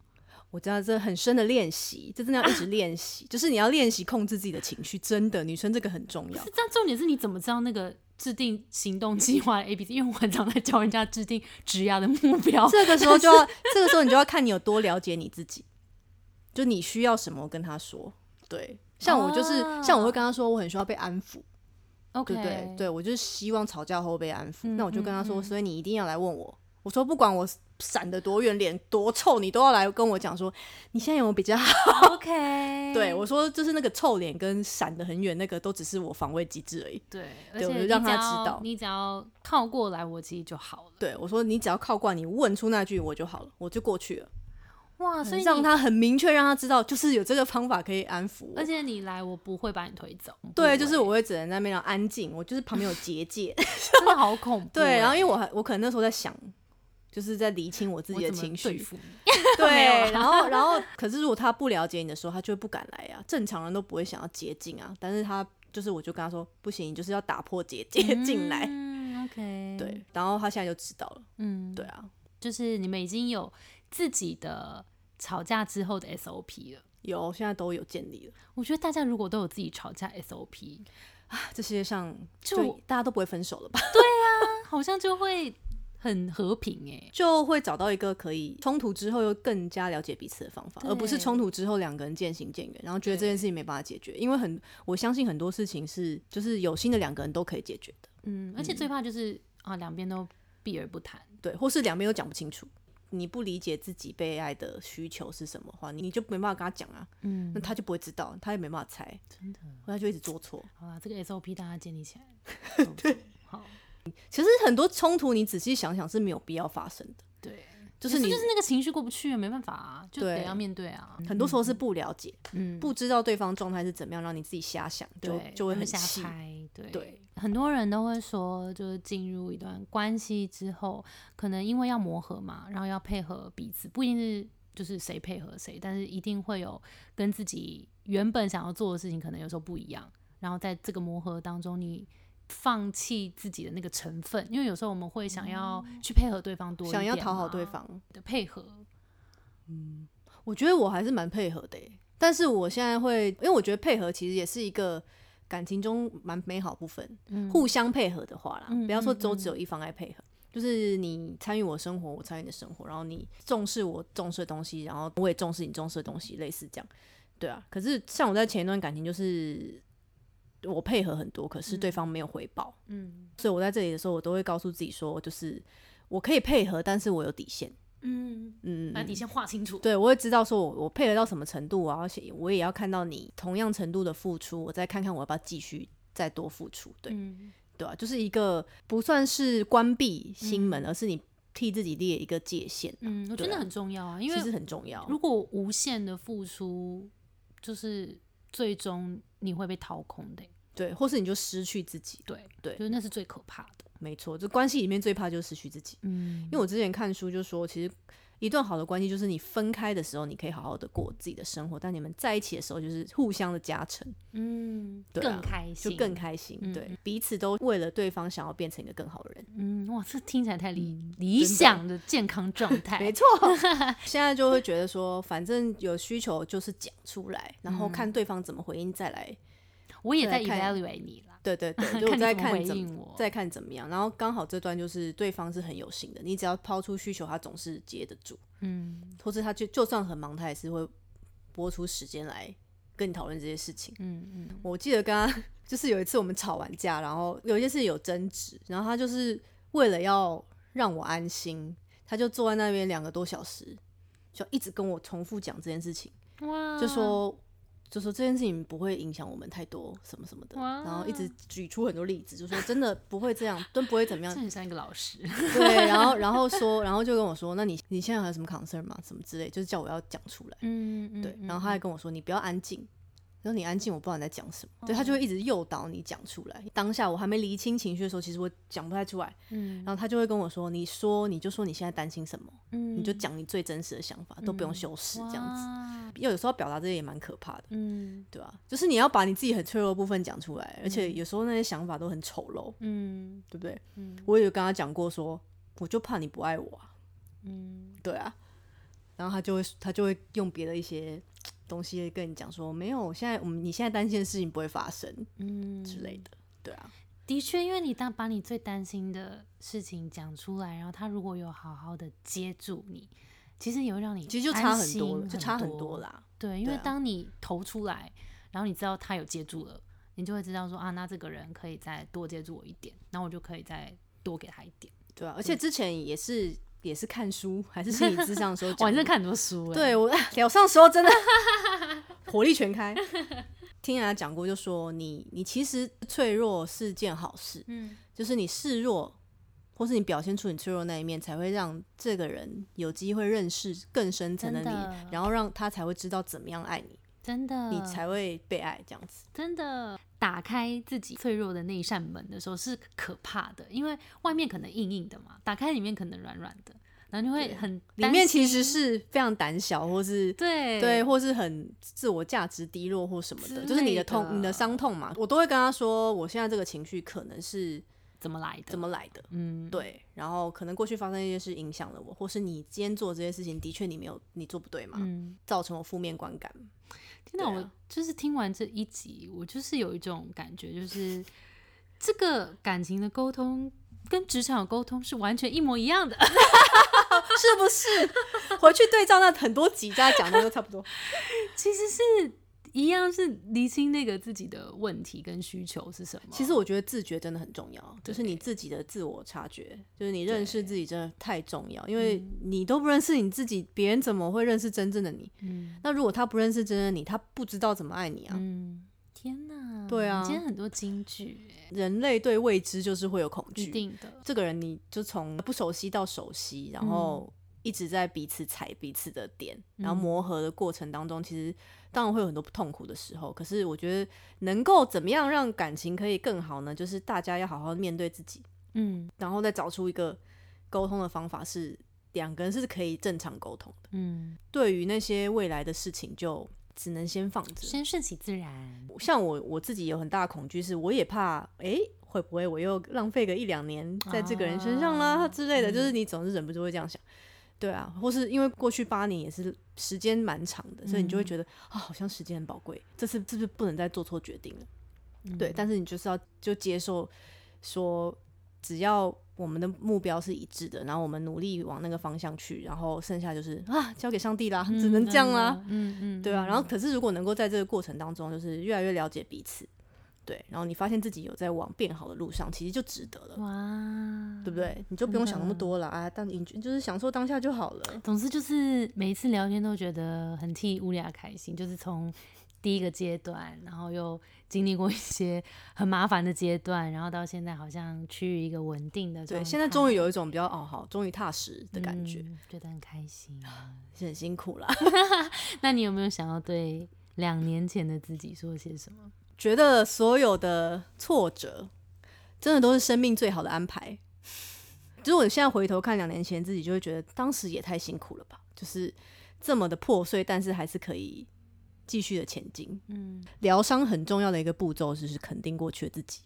[SPEAKER 1] 我知道这很深的练习，这真的要一直练习， 就是你要练习控制自己的情绪，真的，女生这个很重要
[SPEAKER 2] 是。但重点是你怎么知道那个制定行动计划的 A B C？因为我很常在教人家制定职涯的目标，
[SPEAKER 1] 这个时候就要，这个时候你就要看你有多了解你自己，就你需要什么跟他说。对，像我就是，
[SPEAKER 2] 啊
[SPEAKER 1] 像我会跟他说，我很需要被安抚，
[SPEAKER 2] OK，嗯
[SPEAKER 1] 对不对？对我就是希望吵架后被安抚。那我就跟他说，所以你一定要来问我。我说不管我闪得多远，脸多臭，你都要来跟我讲说，你现在有没有比较好？
[SPEAKER 2] OK，
[SPEAKER 1] 对我说，就是那个臭脸跟闪得很远那个，都只是我防卫机制而已。
[SPEAKER 2] 对，而
[SPEAKER 1] 对
[SPEAKER 2] 且
[SPEAKER 1] 我就
[SPEAKER 2] 你
[SPEAKER 1] 让他
[SPEAKER 2] 只
[SPEAKER 1] 知
[SPEAKER 2] 要
[SPEAKER 1] 道
[SPEAKER 2] 你只要靠过来我其实就好了。
[SPEAKER 1] 对我说，你只要靠惯，你问出那句我就好了，我就过去了。
[SPEAKER 2] 哇，所以
[SPEAKER 1] 让
[SPEAKER 2] 你
[SPEAKER 1] 他很明确，让他知道，就是有这个方法可以安抚我
[SPEAKER 2] 而。且你来我不会把你推走，
[SPEAKER 1] 对，就是
[SPEAKER 2] 我
[SPEAKER 1] 我会只能在那边让安静，我就是旁边有结 界。
[SPEAKER 2] 真的好恐怖欸。
[SPEAKER 1] 对，然后因为我还我可能那时候在想，就是在理清我自己
[SPEAKER 2] 我
[SPEAKER 1] 的
[SPEAKER 2] 怎么
[SPEAKER 1] 情
[SPEAKER 2] 对
[SPEAKER 1] 绪。
[SPEAKER 2] 付你没有啦啊
[SPEAKER 1] 对，然后然后可是如果他不了解你的时候，他就会不敢来啊。正常人都不会想要接近啊，但是他就是我就跟他说，不行，你就是要打破结界进来。
[SPEAKER 2] 嗯，OK，，
[SPEAKER 1] 对，然后他现在就知道了。
[SPEAKER 2] 嗯，
[SPEAKER 1] 对啊，
[SPEAKER 2] 就是你们已经有自己的吵架之后的 SOP 了。
[SPEAKER 1] 有现在都有建立了。
[SPEAKER 2] 我觉得大家如果都有自己吵架 SOP，
[SPEAKER 1] 啊这世界上
[SPEAKER 2] 就
[SPEAKER 1] 就大家都不会分手了吧？
[SPEAKER 2] 好像就会很和平哎、
[SPEAKER 1] 就会找到一个可以冲突之后又更加了解彼此的方法，
[SPEAKER 2] 对
[SPEAKER 1] 而不是冲突之后两个人渐行渐远，然后觉得这件事情没办法解决。因为很，我相信很多事情是就是有心的两个人都可以解决的，
[SPEAKER 2] 嗯，而且最怕就是啊，两边都避而不谈。
[SPEAKER 1] 对，或是两边都讲不清楚。你不理解自己被爱的需求是什么的话，你你就没办法跟他讲啊，
[SPEAKER 2] 嗯
[SPEAKER 1] 那，他就不会知道，他也没办法猜，真的，他就一直做错。
[SPEAKER 2] 好啦，这个 SOP 大家建立 起来。对，好，
[SPEAKER 1] 其实很多冲突，你仔细想想是没有必要发生的，
[SPEAKER 2] 对，
[SPEAKER 1] 就是
[SPEAKER 2] 可
[SPEAKER 1] 你
[SPEAKER 2] 就是那个情绪过不去，没办法啊，就得
[SPEAKER 1] 对
[SPEAKER 2] 要面对啊。
[SPEAKER 1] 很多时候是不了解，
[SPEAKER 2] 嗯，
[SPEAKER 1] 不知道对方状态是怎么样，让你自己瞎想，就
[SPEAKER 2] 对，
[SPEAKER 1] 就会很
[SPEAKER 2] 瞎
[SPEAKER 1] 气。
[SPEAKER 2] 猜。对
[SPEAKER 1] 对
[SPEAKER 2] 很多人都会说，就是进入一段关系之后，可能因为要磨合嘛，然后要配合彼此，不一定是就是谁配合谁，但是一定会有跟自己原本想要做的事情，可能有时候不一样。然后在这个磨合当中，你。放弃自己的那个成分，因为有时候我们会想要去配合对方多一点嘛，
[SPEAKER 1] 哦想要讨好对方，
[SPEAKER 2] 的配合，
[SPEAKER 1] 我觉得我还是蛮配合的耶，但是我现在会，因为我觉得配合其实也是一个感情中蛮美好部分，互相配合的话啦，
[SPEAKER 2] 嗯
[SPEAKER 1] 不要说
[SPEAKER 2] 嗯
[SPEAKER 1] 都
[SPEAKER 2] 嗯
[SPEAKER 1] 只有一方来配合，就是你参与我生活，我参与你的生活，然后你重视我重视的东西，然后我也重视你重视的东西，类似这样，对啊。可是像我在前一段感情，就是我配合很多，可是对方没有回报，
[SPEAKER 2] 嗯
[SPEAKER 1] 所以我在这里的时候，我都会告诉自己说，就是我可以配合，但是我有底线，
[SPEAKER 2] 嗯，
[SPEAKER 1] 嗯，
[SPEAKER 2] 把底线画清楚，
[SPEAKER 1] 对，我会知道说我我配合到什么程度，然后写我也要看到你同样程度的付出，我再看看我要不要继续再多付出，对、
[SPEAKER 2] 嗯
[SPEAKER 1] 对啊，就是一个不算是关闭心门，而是你替自己列一个界限啊、
[SPEAKER 2] 嗯，我觉
[SPEAKER 1] 对
[SPEAKER 2] 得那
[SPEAKER 1] 啊
[SPEAKER 2] 很重要啊，因为
[SPEAKER 1] 其实很重要。
[SPEAKER 2] 如果无限的付出，就是最终你会被掏空的欸、
[SPEAKER 1] 对，或是你就失去自己，
[SPEAKER 2] 对
[SPEAKER 1] 对
[SPEAKER 2] 就是那是最可怕的。
[SPEAKER 1] 没错，这关系里面最怕就是失去自己。
[SPEAKER 2] 嗯
[SPEAKER 1] 因为我之前看书就说，其实一段好的关系就是你分开的时候，你可以好好的过自己的生活，但你们在一起的时候，就是互相的加成。
[SPEAKER 2] 嗯，
[SPEAKER 1] 对啊
[SPEAKER 2] 更开
[SPEAKER 1] 就
[SPEAKER 2] 心，
[SPEAKER 1] 更开心，
[SPEAKER 2] 嗯
[SPEAKER 1] 对，彼此都为了对方想要变成一个更好的人，
[SPEAKER 2] 嗯，哇，这听起来太理、理
[SPEAKER 1] 真的
[SPEAKER 2] 想的健康状
[SPEAKER 1] 没
[SPEAKER 2] 态。
[SPEAKER 1] 错，现在就会觉得说，反正有需求就是讲出来，然后看对方怎么回应再来。
[SPEAKER 2] 我也
[SPEAKER 1] 对
[SPEAKER 2] 在
[SPEAKER 1] 看
[SPEAKER 2] evaluate 你啦，
[SPEAKER 1] 对对 对，就
[SPEAKER 2] 看
[SPEAKER 1] 我
[SPEAKER 2] 你
[SPEAKER 1] 在
[SPEAKER 2] 怎么
[SPEAKER 1] 看
[SPEAKER 2] 回
[SPEAKER 1] 怎
[SPEAKER 2] 应
[SPEAKER 1] 么
[SPEAKER 2] 我
[SPEAKER 1] 再看怎么样。然后刚好这段就是对方是很有心的，你只要抛出需求，他总是接得住，
[SPEAKER 2] 嗯
[SPEAKER 1] 或是他就就算很忙，他也是会拨出时间来跟你讨论这些事情。
[SPEAKER 2] 嗯嗯，
[SPEAKER 1] 我记得跟他就是有一次我们吵完架，然后有一些事有争执，然后他就是为了要让我安心，他就坐在那边两个多小时，就一直跟我重复讲这件事情，
[SPEAKER 2] 哇，
[SPEAKER 1] 就说就说这件事情不会影响我们太多什么什么的，
[SPEAKER 2] 哇
[SPEAKER 1] 然后一直举出很多例子，就说真的不会这样，真不会怎么
[SPEAKER 2] 这
[SPEAKER 1] 样，
[SPEAKER 2] 很像一个老师，
[SPEAKER 1] 对，然后然后说，然后就跟我说，那你你现在还有什么 concern 吗？什么之类，就是叫我要讲出来。
[SPEAKER 2] 嗯嗯，
[SPEAKER 1] 对，
[SPEAKER 2] 嗯
[SPEAKER 1] 然后他还跟我说你不要安静，然后你安静我不知道你在讲什么，对他就
[SPEAKER 2] 哦
[SPEAKER 1] 会一直诱导你讲出来。当下我还没理清情绪的时候，其实我讲不太出来，
[SPEAKER 2] 嗯
[SPEAKER 1] 然后他就会跟我说，你说你就说你现在担心什么，
[SPEAKER 2] 嗯，
[SPEAKER 1] 你就讲你最真实的想法，都不用修饰这样子。
[SPEAKER 2] 子，
[SPEAKER 1] 因为有时候表达这些也蛮可怕的，
[SPEAKER 2] 嗯
[SPEAKER 1] 对吧、就是你要把你自己很脆弱的部分讲出来，而且有时候那些想法都很丑陋，
[SPEAKER 2] 嗯
[SPEAKER 1] 对不对？
[SPEAKER 2] 嗯
[SPEAKER 1] 我也有跟他讲过说，我就怕你不爱我、啊，
[SPEAKER 2] 嗯，
[SPEAKER 1] 对啊。然后他就会他就会用别的一些东西跟你讲说，没有，现在我们你现在担心的事情不会发生
[SPEAKER 2] 嗯
[SPEAKER 1] 之类的，对啊，
[SPEAKER 2] 的确，因为你当把你最担心的事情讲出来，然后他如果有好好的接住你，其实也会让你
[SPEAKER 1] 其实就差
[SPEAKER 2] 安
[SPEAKER 1] 很多了，
[SPEAKER 2] 心
[SPEAKER 1] 就差很多
[SPEAKER 2] 多。
[SPEAKER 1] 啦。
[SPEAKER 2] 对，因
[SPEAKER 1] 对
[SPEAKER 2] 为
[SPEAKER 1] 啊
[SPEAKER 2] 当你投出来，然后你知道他有接住了，你就会知道说啊，那这个人可以再多接住我一点，然后我就可以再多给他一点。
[SPEAKER 1] 对啊，而
[SPEAKER 2] 嗯
[SPEAKER 1] 且之前也是也是看书还是心理智商的时候
[SPEAKER 2] 哇，
[SPEAKER 1] 讲
[SPEAKER 2] 你
[SPEAKER 1] 的，
[SPEAKER 2] 真的看很多书哎、
[SPEAKER 1] 对我聊上的时候真的火力全 开。听人家讲过，就说你你其实脆弱是件好事，
[SPEAKER 2] 嗯，
[SPEAKER 1] 就是你示弱，或是你表现出你脆弱那一面，才会让这个人有机会认识更深层的
[SPEAKER 2] 真的嗯
[SPEAKER 1] 你，然后让他才会知道怎么样爱你，
[SPEAKER 2] 真的，
[SPEAKER 1] 你才会被爱这样子。
[SPEAKER 2] 真的打开自己脆弱的那一扇门的时候是可怕的，因为外面可能硬硬的嘛，打开里面可能软软的，然后你会
[SPEAKER 1] 对
[SPEAKER 2] 很
[SPEAKER 1] 里
[SPEAKER 2] 担
[SPEAKER 1] 面
[SPEAKER 2] 心
[SPEAKER 1] 其实是非常胆小，或是
[SPEAKER 2] 对
[SPEAKER 1] 对，或是很自我价值低落或什么
[SPEAKER 2] 之
[SPEAKER 1] 的，就是你
[SPEAKER 2] 类
[SPEAKER 1] 的痛、
[SPEAKER 2] 的
[SPEAKER 1] 你的伤痛嘛，我都会跟他说，我现在这个情绪可能是
[SPEAKER 2] 怎么来的？
[SPEAKER 1] 怎么来的。
[SPEAKER 2] 嗯
[SPEAKER 1] 对，然后可能过去发生一些事影响了我，或是你今天做这些事情，的确你没有你做不对嘛，
[SPEAKER 2] 嗯，
[SPEAKER 1] 造成我负面观感。
[SPEAKER 2] 天哪！
[SPEAKER 1] 对啊
[SPEAKER 2] 我就是听完这一集，我就是有一种感觉，就是这个感情的沟通跟职场有沟通是完全一模一样的。
[SPEAKER 1] 是不是？ 回去对照那很多集，大家讲的都差不多。
[SPEAKER 2] 其实是一样，是厘清那个自己的问题跟需求是什么。
[SPEAKER 1] 其实我觉得自觉真的很重要，就是
[SPEAKER 2] 对
[SPEAKER 1] 你自己的自我察觉，就是你认识自己真的太重要，因为你都不认识你自己，别人怎么会认识真正的你？
[SPEAKER 2] 嗯
[SPEAKER 1] 那如果他不认识真正的你，他不知道怎么爱你啊。
[SPEAKER 2] 嗯，天哪，
[SPEAKER 1] 对啊
[SPEAKER 2] 你今天很多金句欸，
[SPEAKER 1] 人类对未知就是会有恐
[SPEAKER 2] 一
[SPEAKER 1] 惧，
[SPEAKER 2] 定的，
[SPEAKER 1] 这个人你就从不熟悉到熟悉，然后一直在彼此踩彼此的点，然后
[SPEAKER 2] 嗯
[SPEAKER 1] 磨合的过程当中，其实当然会有很多痛苦的时候。可是我觉得能够怎么样让感情可以更好呢？就是大家要好好面对自己，
[SPEAKER 2] 嗯
[SPEAKER 1] 然后再找出一个沟通的方法是，两个人是可以正常沟通的。
[SPEAKER 2] 嗯，
[SPEAKER 1] 对于那些未来的事情，就只能先放着。
[SPEAKER 2] 先顺其自然，
[SPEAKER 1] 像我我自己有很大的恐惧，是我也怕，诶，会不会我又浪费个一两年在这个人身上啦、
[SPEAKER 2] 啊
[SPEAKER 1] 之类的，
[SPEAKER 2] 嗯
[SPEAKER 1] 就是你总是忍不住会这样想。对啊，或是因为过去八年也是时间蛮长的，所以你
[SPEAKER 2] 嗯
[SPEAKER 1] 就会觉得啊、好像时间很宝贵，这次是不是不能再做错决定了？
[SPEAKER 2] 嗯
[SPEAKER 1] 对，但是你就是要就接受说，只要我们的目标是一致的，然后我们努力往那个方向去，然后剩下就是啊，交给上帝啦，只能这样啦。，
[SPEAKER 2] 嗯 嗯，
[SPEAKER 1] 对啊，然后可是如果能够在这个过程当中，就是越来越了解彼此，对，然后你发现自己有在往变好的路上，其实就值得了，
[SPEAKER 2] 哇，
[SPEAKER 1] 对不对？你就不用想那么多了啊，当你就是享受当下就好了。
[SPEAKER 2] 总之就是每一次聊天都觉得很替乌利亚开心，就是从第一个阶段，然后又经历过一些很麻烦的阶段，然后到现在好像趋于一个稳定的
[SPEAKER 1] 对，现在终
[SPEAKER 2] 于
[SPEAKER 1] 于有一种比较哦好，终于踏实的感觉，
[SPEAKER 2] 嗯觉得很 开心。
[SPEAKER 1] 是很辛苦啦。
[SPEAKER 2] 那你有没有想要对两年前的自己说些什么？
[SPEAKER 1] 觉得所有的挫折，真的都是生命最好的安排。如果你现在回头看两年前自己，就会觉得当时也太辛苦了吧，就是这么的破碎，但是还是可以继续的前进。
[SPEAKER 2] 嗯，
[SPEAKER 1] 疗伤很重要的一个步骤就是肯定过去的自己。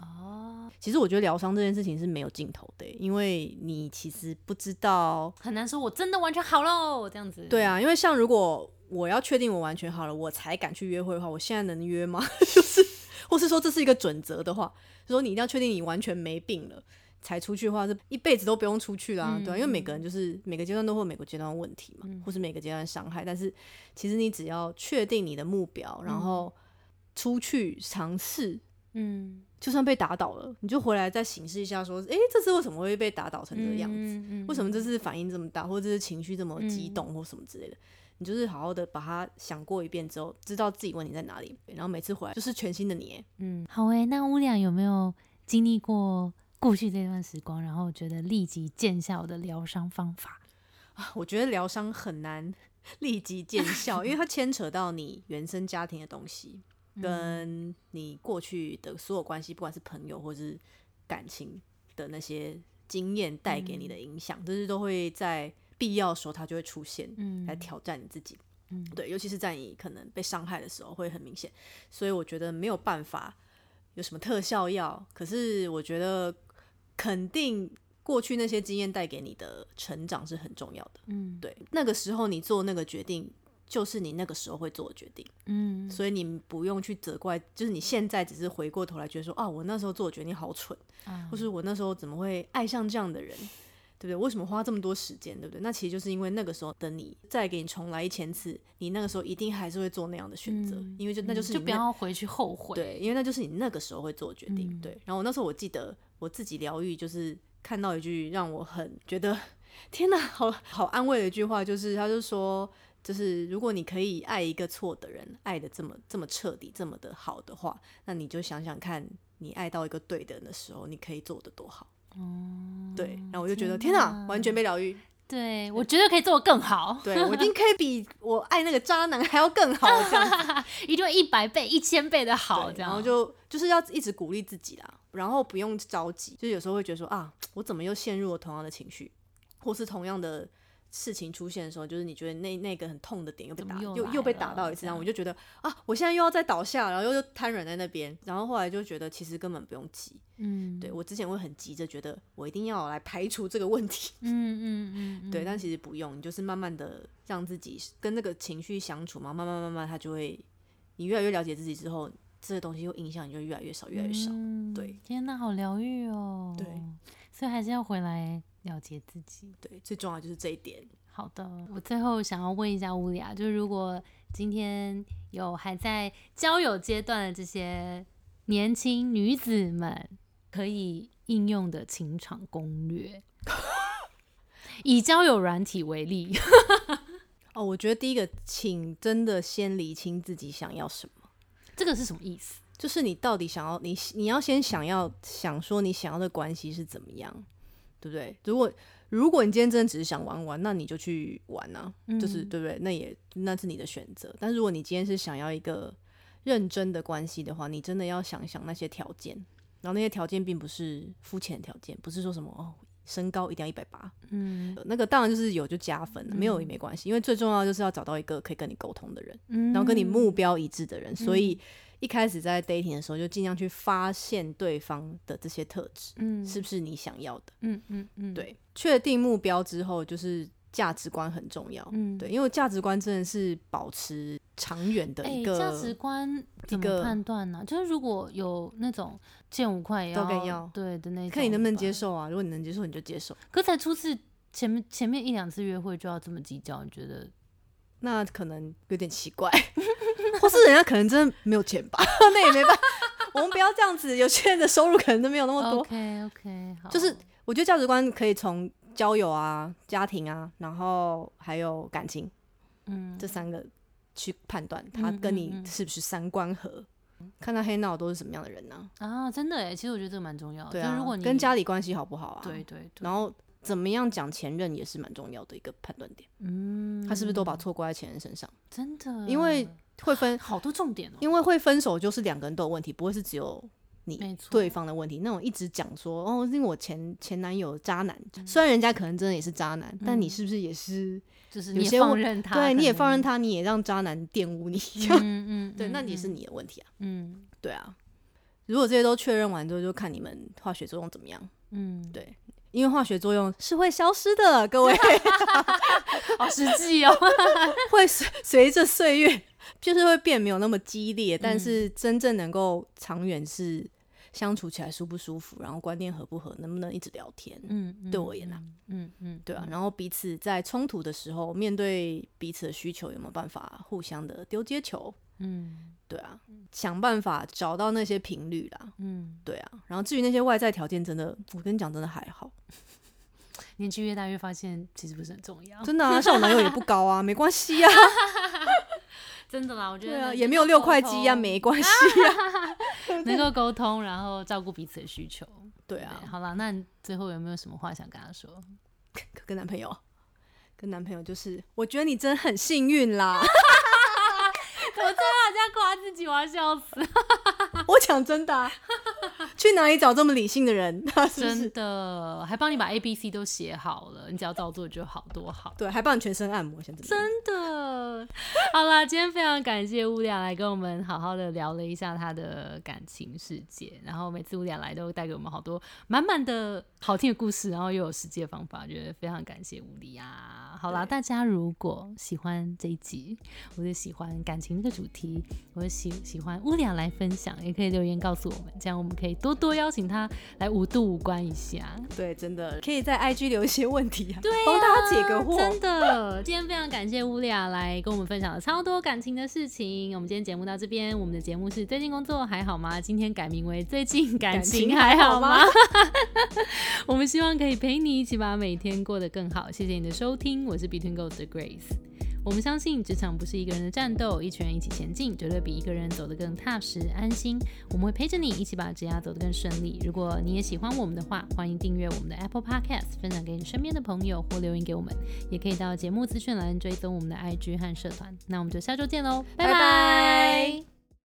[SPEAKER 2] 哦，
[SPEAKER 1] 其实我觉得疗伤这件事情是没有尽头的、欸因为你其实不知道。
[SPEAKER 2] 很难说我真的完全好喽，这样子。
[SPEAKER 1] 对，啊，因为像如果我要确定我完全好了，我才敢去约会的话，我现在能约吗？ 就是，或是说这是一个准则的话，就说你一定要确定你完全没病了。才出去的话，是一辈子都不用出去啦，
[SPEAKER 2] 嗯
[SPEAKER 1] 对、啊，因为每个人就是每个阶段都会有每个阶段的问题嘛，或是每个阶段的伤害。但是其实你只要确定你的目标，然后出去尝试，
[SPEAKER 2] 嗯，
[SPEAKER 1] 就算被打倒了，你就回来再审视一下，说，诶，这次为什么会被打倒成这个样子？
[SPEAKER 2] 嗯
[SPEAKER 1] 为什么这次反应这么大，或者是情绪这么激动，或什么之类的？你就是好好的把它想过一遍之后，知道自己问题在哪里，然后每次回来就是全新的你耶。
[SPEAKER 2] 嗯，好诶、那乌良有没有经历过过去这段时光，然后觉得立即见效的疗伤方法？
[SPEAKER 1] 啊我觉得疗伤很难 立即见效，因为它牵扯到你原生家庭的东西，
[SPEAKER 2] 嗯
[SPEAKER 1] 跟你过去的所有关系，不管是朋友或是感情的那些经验带给
[SPEAKER 2] 嗯
[SPEAKER 1] 你的影响，这些都会在必要的时候它就会出现。
[SPEAKER 2] 嗯
[SPEAKER 1] 来挑战你自己。
[SPEAKER 2] 嗯
[SPEAKER 1] 对，尤其是在你可能被伤害的时候会很明显，所以我觉得没有办法有什么特效药，可是我觉得肯定过去那些经验带给你的成长是很重要的。
[SPEAKER 2] 嗯
[SPEAKER 1] 对，那个时候你做那个决定。就是你那个时候会做的决定，
[SPEAKER 2] 嗯，
[SPEAKER 1] 所以你不用去责怪，就是你现在只是回过头来觉得说啊，我那时候做的决定好蠢，
[SPEAKER 2] 啊
[SPEAKER 1] 或是我那时候怎么会爱上这样的人，对不对？为什么花这么多时间，对不对？那其实就是因为那个时候的你，再给你重来一千次，你那个时候一定还是会做那样的选择，
[SPEAKER 2] 嗯
[SPEAKER 1] 因为就那就是
[SPEAKER 2] 就
[SPEAKER 1] 你
[SPEAKER 2] 不
[SPEAKER 1] 那
[SPEAKER 2] 要回去后悔。，
[SPEAKER 1] 对，因为那就是你那个时候会做的决定。
[SPEAKER 2] 嗯
[SPEAKER 1] 对，然后我那时候我记得我自己疗愈，就是看到一句让我很觉得天哪，好好安慰的一句话，就是他就说。就是如果你可以爱一个错的人，爱的这么这么彻底，这么的好的话，那你就想想看，你爱到一个对的人的时候，你可以做的多好。
[SPEAKER 2] 哦，
[SPEAKER 1] 对，然后我就觉得嗯天
[SPEAKER 2] 天
[SPEAKER 1] 哪，
[SPEAKER 2] 哪
[SPEAKER 1] 完全被疗愈。
[SPEAKER 2] 对我觉得可以做得更好，
[SPEAKER 1] 对我一定可以比我爱那个渣男还要更好，这样子
[SPEAKER 2] 一定会一百倍、一千倍的好，
[SPEAKER 1] 对
[SPEAKER 2] 这样。
[SPEAKER 1] 然后就就是要一直鼓励自己啦，然后不用着急，就是有时候会觉得说啊，我怎么又陷入了同样的情绪，或是同样的。事情出现的时候，就是你觉得那那个很痛的点又被
[SPEAKER 2] 怎么
[SPEAKER 1] 打，
[SPEAKER 2] 又
[SPEAKER 1] 又
[SPEAKER 2] 来
[SPEAKER 1] 又被
[SPEAKER 2] 了
[SPEAKER 1] 打到一次，
[SPEAKER 2] 这
[SPEAKER 1] 然后
[SPEAKER 2] 样
[SPEAKER 1] 我就觉得啊，我现在又要再倒下，然后又又瘫软在那边，然后后来就觉得其实根本不用急，
[SPEAKER 2] 嗯，
[SPEAKER 1] 对我之前会很急着觉得我一定要来排除这个问题，
[SPEAKER 2] 嗯，嗯嗯嗯，
[SPEAKER 1] 对，但其实不用，你就是慢慢的让自己跟那个情绪相处嘛，慢慢慢慢，他就会，你越来越了解自己之后，这个东西又影响你就越来越少，越来越少。
[SPEAKER 2] 嗯
[SPEAKER 1] 对，
[SPEAKER 2] 天哪，好疗愈哦。
[SPEAKER 1] 对，
[SPEAKER 2] 所以还是要回来了解自己。
[SPEAKER 1] 对，最重要的就是这一点。
[SPEAKER 2] 好的，我最后想要问一下乌里啊，就是如果今天有还在交友阶段的这些年轻女子们，可以应用的情场攻略， 以交友软体为例，
[SPEAKER 1] 哦，我觉得第一个，请真的先理清自己想要什么，
[SPEAKER 2] 这个是什么意思？
[SPEAKER 1] 就是你到底想要你你要先想要想说你想要的关系是怎么样，对不对？如果如果你今天真的只是想玩玩，那你就去玩啊，就是
[SPEAKER 2] 嗯
[SPEAKER 1] 对不对？那也那是你的选择。但如果你今天是想要一个认真的关系的话，你真的要想想那些条件，然后那些条件并不是肤浅条件，不是说什么哦身高一定要一百八，
[SPEAKER 2] 嗯
[SPEAKER 1] 那个当然就是有就加分了，没有也没关系，因为最重要就是要找到一个可以跟你沟通的人，
[SPEAKER 2] 嗯
[SPEAKER 1] 然后跟你目标一致的人，所以一开始在 dating 的时候就尽量去发现对方的这些特质，
[SPEAKER 2] 嗯
[SPEAKER 1] 是不是你想要的？
[SPEAKER 2] 嗯嗯嗯，
[SPEAKER 1] 对，确定目标之后，就是价值观很重要，
[SPEAKER 2] 嗯
[SPEAKER 1] 对，因为价值观真的是保持长远的
[SPEAKER 2] 哎，
[SPEAKER 1] 一个
[SPEAKER 2] 价值观怎么
[SPEAKER 1] 个
[SPEAKER 2] 判断呢、就是如果有那种见五块也
[SPEAKER 1] 都跟
[SPEAKER 2] 要
[SPEAKER 1] 要
[SPEAKER 2] 对的那种，
[SPEAKER 1] 看你能不能接。受啊，如果你能接受，你就接受。
[SPEAKER 2] 可才初次前面前面一两次约会就要这么计较，你觉得？
[SPEAKER 1] 那可能有点奇 怪，或是人家可能真的没有钱吧， 那也没办法。我们不要这样子，有些人的收入可能都没有那么多。
[SPEAKER 2] OK OK，好，
[SPEAKER 1] 就是我觉得价值观可以从交友啊、家庭啊，然后还有感情
[SPEAKER 2] 嗯
[SPEAKER 1] 这三个去判断他
[SPEAKER 2] 嗯
[SPEAKER 1] 跟
[SPEAKER 2] 嗯
[SPEAKER 1] 你
[SPEAKER 2] 嗯
[SPEAKER 1] 是不是三观合，看他黑闹都是什么样的人呢、
[SPEAKER 2] 啊，真的哎，其实我觉得这个蛮重要的。
[SPEAKER 1] 对
[SPEAKER 2] 就
[SPEAKER 1] 啊，
[SPEAKER 2] 如果你
[SPEAKER 1] 跟家里关系好不好啊？
[SPEAKER 2] 对，对对，
[SPEAKER 1] 然后怎么样讲前任也是蛮重要的一个判断点，
[SPEAKER 2] 嗯，
[SPEAKER 1] 他是不是都把错怪在前任身上？
[SPEAKER 2] 真的？
[SPEAKER 1] 因为会分
[SPEAKER 2] 好多重点哦，
[SPEAKER 1] 因为会分手就是两个人都有问题，不会是只有
[SPEAKER 2] 没
[SPEAKER 1] 你
[SPEAKER 2] 错
[SPEAKER 1] 对方的问题。那种一直讲说哦，因为我前前男友渣男，
[SPEAKER 2] 嗯
[SPEAKER 1] 虽然人家可能真的也是渣男，但你是不是也是
[SPEAKER 2] 就是
[SPEAKER 1] 有
[SPEAKER 2] 你也
[SPEAKER 1] 些
[SPEAKER 2] 放
[SPEAKER 1] 问
[SPEAKER 2] 任他，
[SPEAKER 1] 对，你也放任
[SPEAKER 2] 他，
[SPEAKER 1] 他，你也让渣男玷污你，
[SPEAKER 2] 嗯嗯，
[SPEAKER 1] 对，
[SPEAKER 2] 嗯
[SPEAKER 1] 那也是，你的问题啊。
[SPEAKER 2] 嗯
[SPEAKER 1] 对啊，如果这些都确认完之后，就看你们化学作用怎么样。
[SPEAKER 2] 嗯，嗯
[SPEAKER 1] 对，因为化学作用是会消失的，各位
[SPEAKER 2] 好实际哦，
[SPEAKER 1] 会随随着岁月，就是会变没有那么激烈，但是真正能够长远是相处起来舒不舒服，然后观念合不合，能不能一直聊天，
[SPEAKER 2] 嗯，
[SPEAKER 1] 对
[SPEAKER 2] 嗯
[SPEAKER 1] 我而言啊，
[SPEAKER 2] 嗯嗯，
[SPEAKER 1] 对啊，
[SPEAKER 2] 嗯，
[SPEAKER 1] 然后彼此在冲突的时候，面对彼此的需求，有没有办法互相的丢接球？
[SPEAKER 2] 嗯
[SPEAKER 1] 对啊，想办法找到那些频率啦。
[SPEAKER 2] 嗯，
[SPEAKER 1] 对啊，然后至于那些外在条件，真的，我跟你讲，真的还好，
[SPEAKER 2] 年纪越大越发现其实不是很重要，
[SPEAKER 1] 真的啊，像我男友也不高啊，没关系啊，
[SPEAKER 2] 真的啦，我觉
[SPEAKER 1] 对
[SPEAKER 2] 得
[SPEAKER 1] 啊，
[SPEAKER 2] 能
[SPEAKER 1] 也没
[SPEAKER 2] 够
[SPEAKER 1] 有六
[SPEAKER 2] 沟
[SPEAKER 1] 块肌啊，
[SPEAKER 2] 通
[SPEAKER 1] 没关系 啊，
[SPEAKER 2] 能够沟通，然后照顾彼此的需求。
[SPEAKER 1] 对
[SPEAKER 2] 对
[SPEAKER 1] 啊，
[SPEAKER 2] 好啦，那你最后有没有什么话想跟他 说？
[SPEAKER 1] 跟男朋友，跟男朋友就是，我觉得你真很幸运啦。
[SPEAKER 2] 我最怕人家夸自己，我要笑死。
[SPEAKER 1] 我讲真的、啊，去哪里找这么理性的人？ 是不
[SPEAKER 2] 真
[SPEAKER 1] 是？
[SPEAKER 2] 的，还帮你把 A B C 都写好了，你只要照做就好，多好。
[SPEAKER 1] 对，还帮你全身按摩，想怎么样？
[SPEAKER 2] 真的，好啦，今天非常感谢乌俩来跟我们好好的聊了一下他的感情世界，然后每次乌俩来都带给我们好多满满的好听的故事，然后又有实际的方法，觉得非常感谢乌俩。好啦，
[SPEAKER 1] 对
[SPEAKER 2] 大家如果喜欢这一集，我是喜欢感情这个主题，我喜喜欢乌俩来分享，也可以留言告诉我们，这样我们可以多多邀请他来五度五关一下。
[SPEAKER 1] 对，真的可以在 IG 留一些问题啊，
[SPEAKER 2] 对、啊，
[SPEAKER 1] 帮大家解个惑
[SPEAKER 2] 真。的，今天非常感谢乌利亚来跟我们分享了超多感情的事情。我们今天节目到这边，我们的节目是最近工作还好吗？今天改名为最近感情还好吗？
[SPEAKER 1] 感
[SPEAKER 2] 我们希望可以陪你一起把每天过得更好。谢谢你的收听，我是 Between Goals 的 Grace。我们相信职场不是一个人的战斗，一群人一起前进，绝对比一个人走得更踏实安心。我们会陪着你一起把职涯走得更顺利。如果你也喜欢我们的话，欢迎订阅我们的 Apple Podcast，分享给你身边的朋友或留言给我们，也可以到节目资讯栏追踪我们的 IG 和社团。那我们就下周见喽，拜
[SPEAKER 1] 拜拜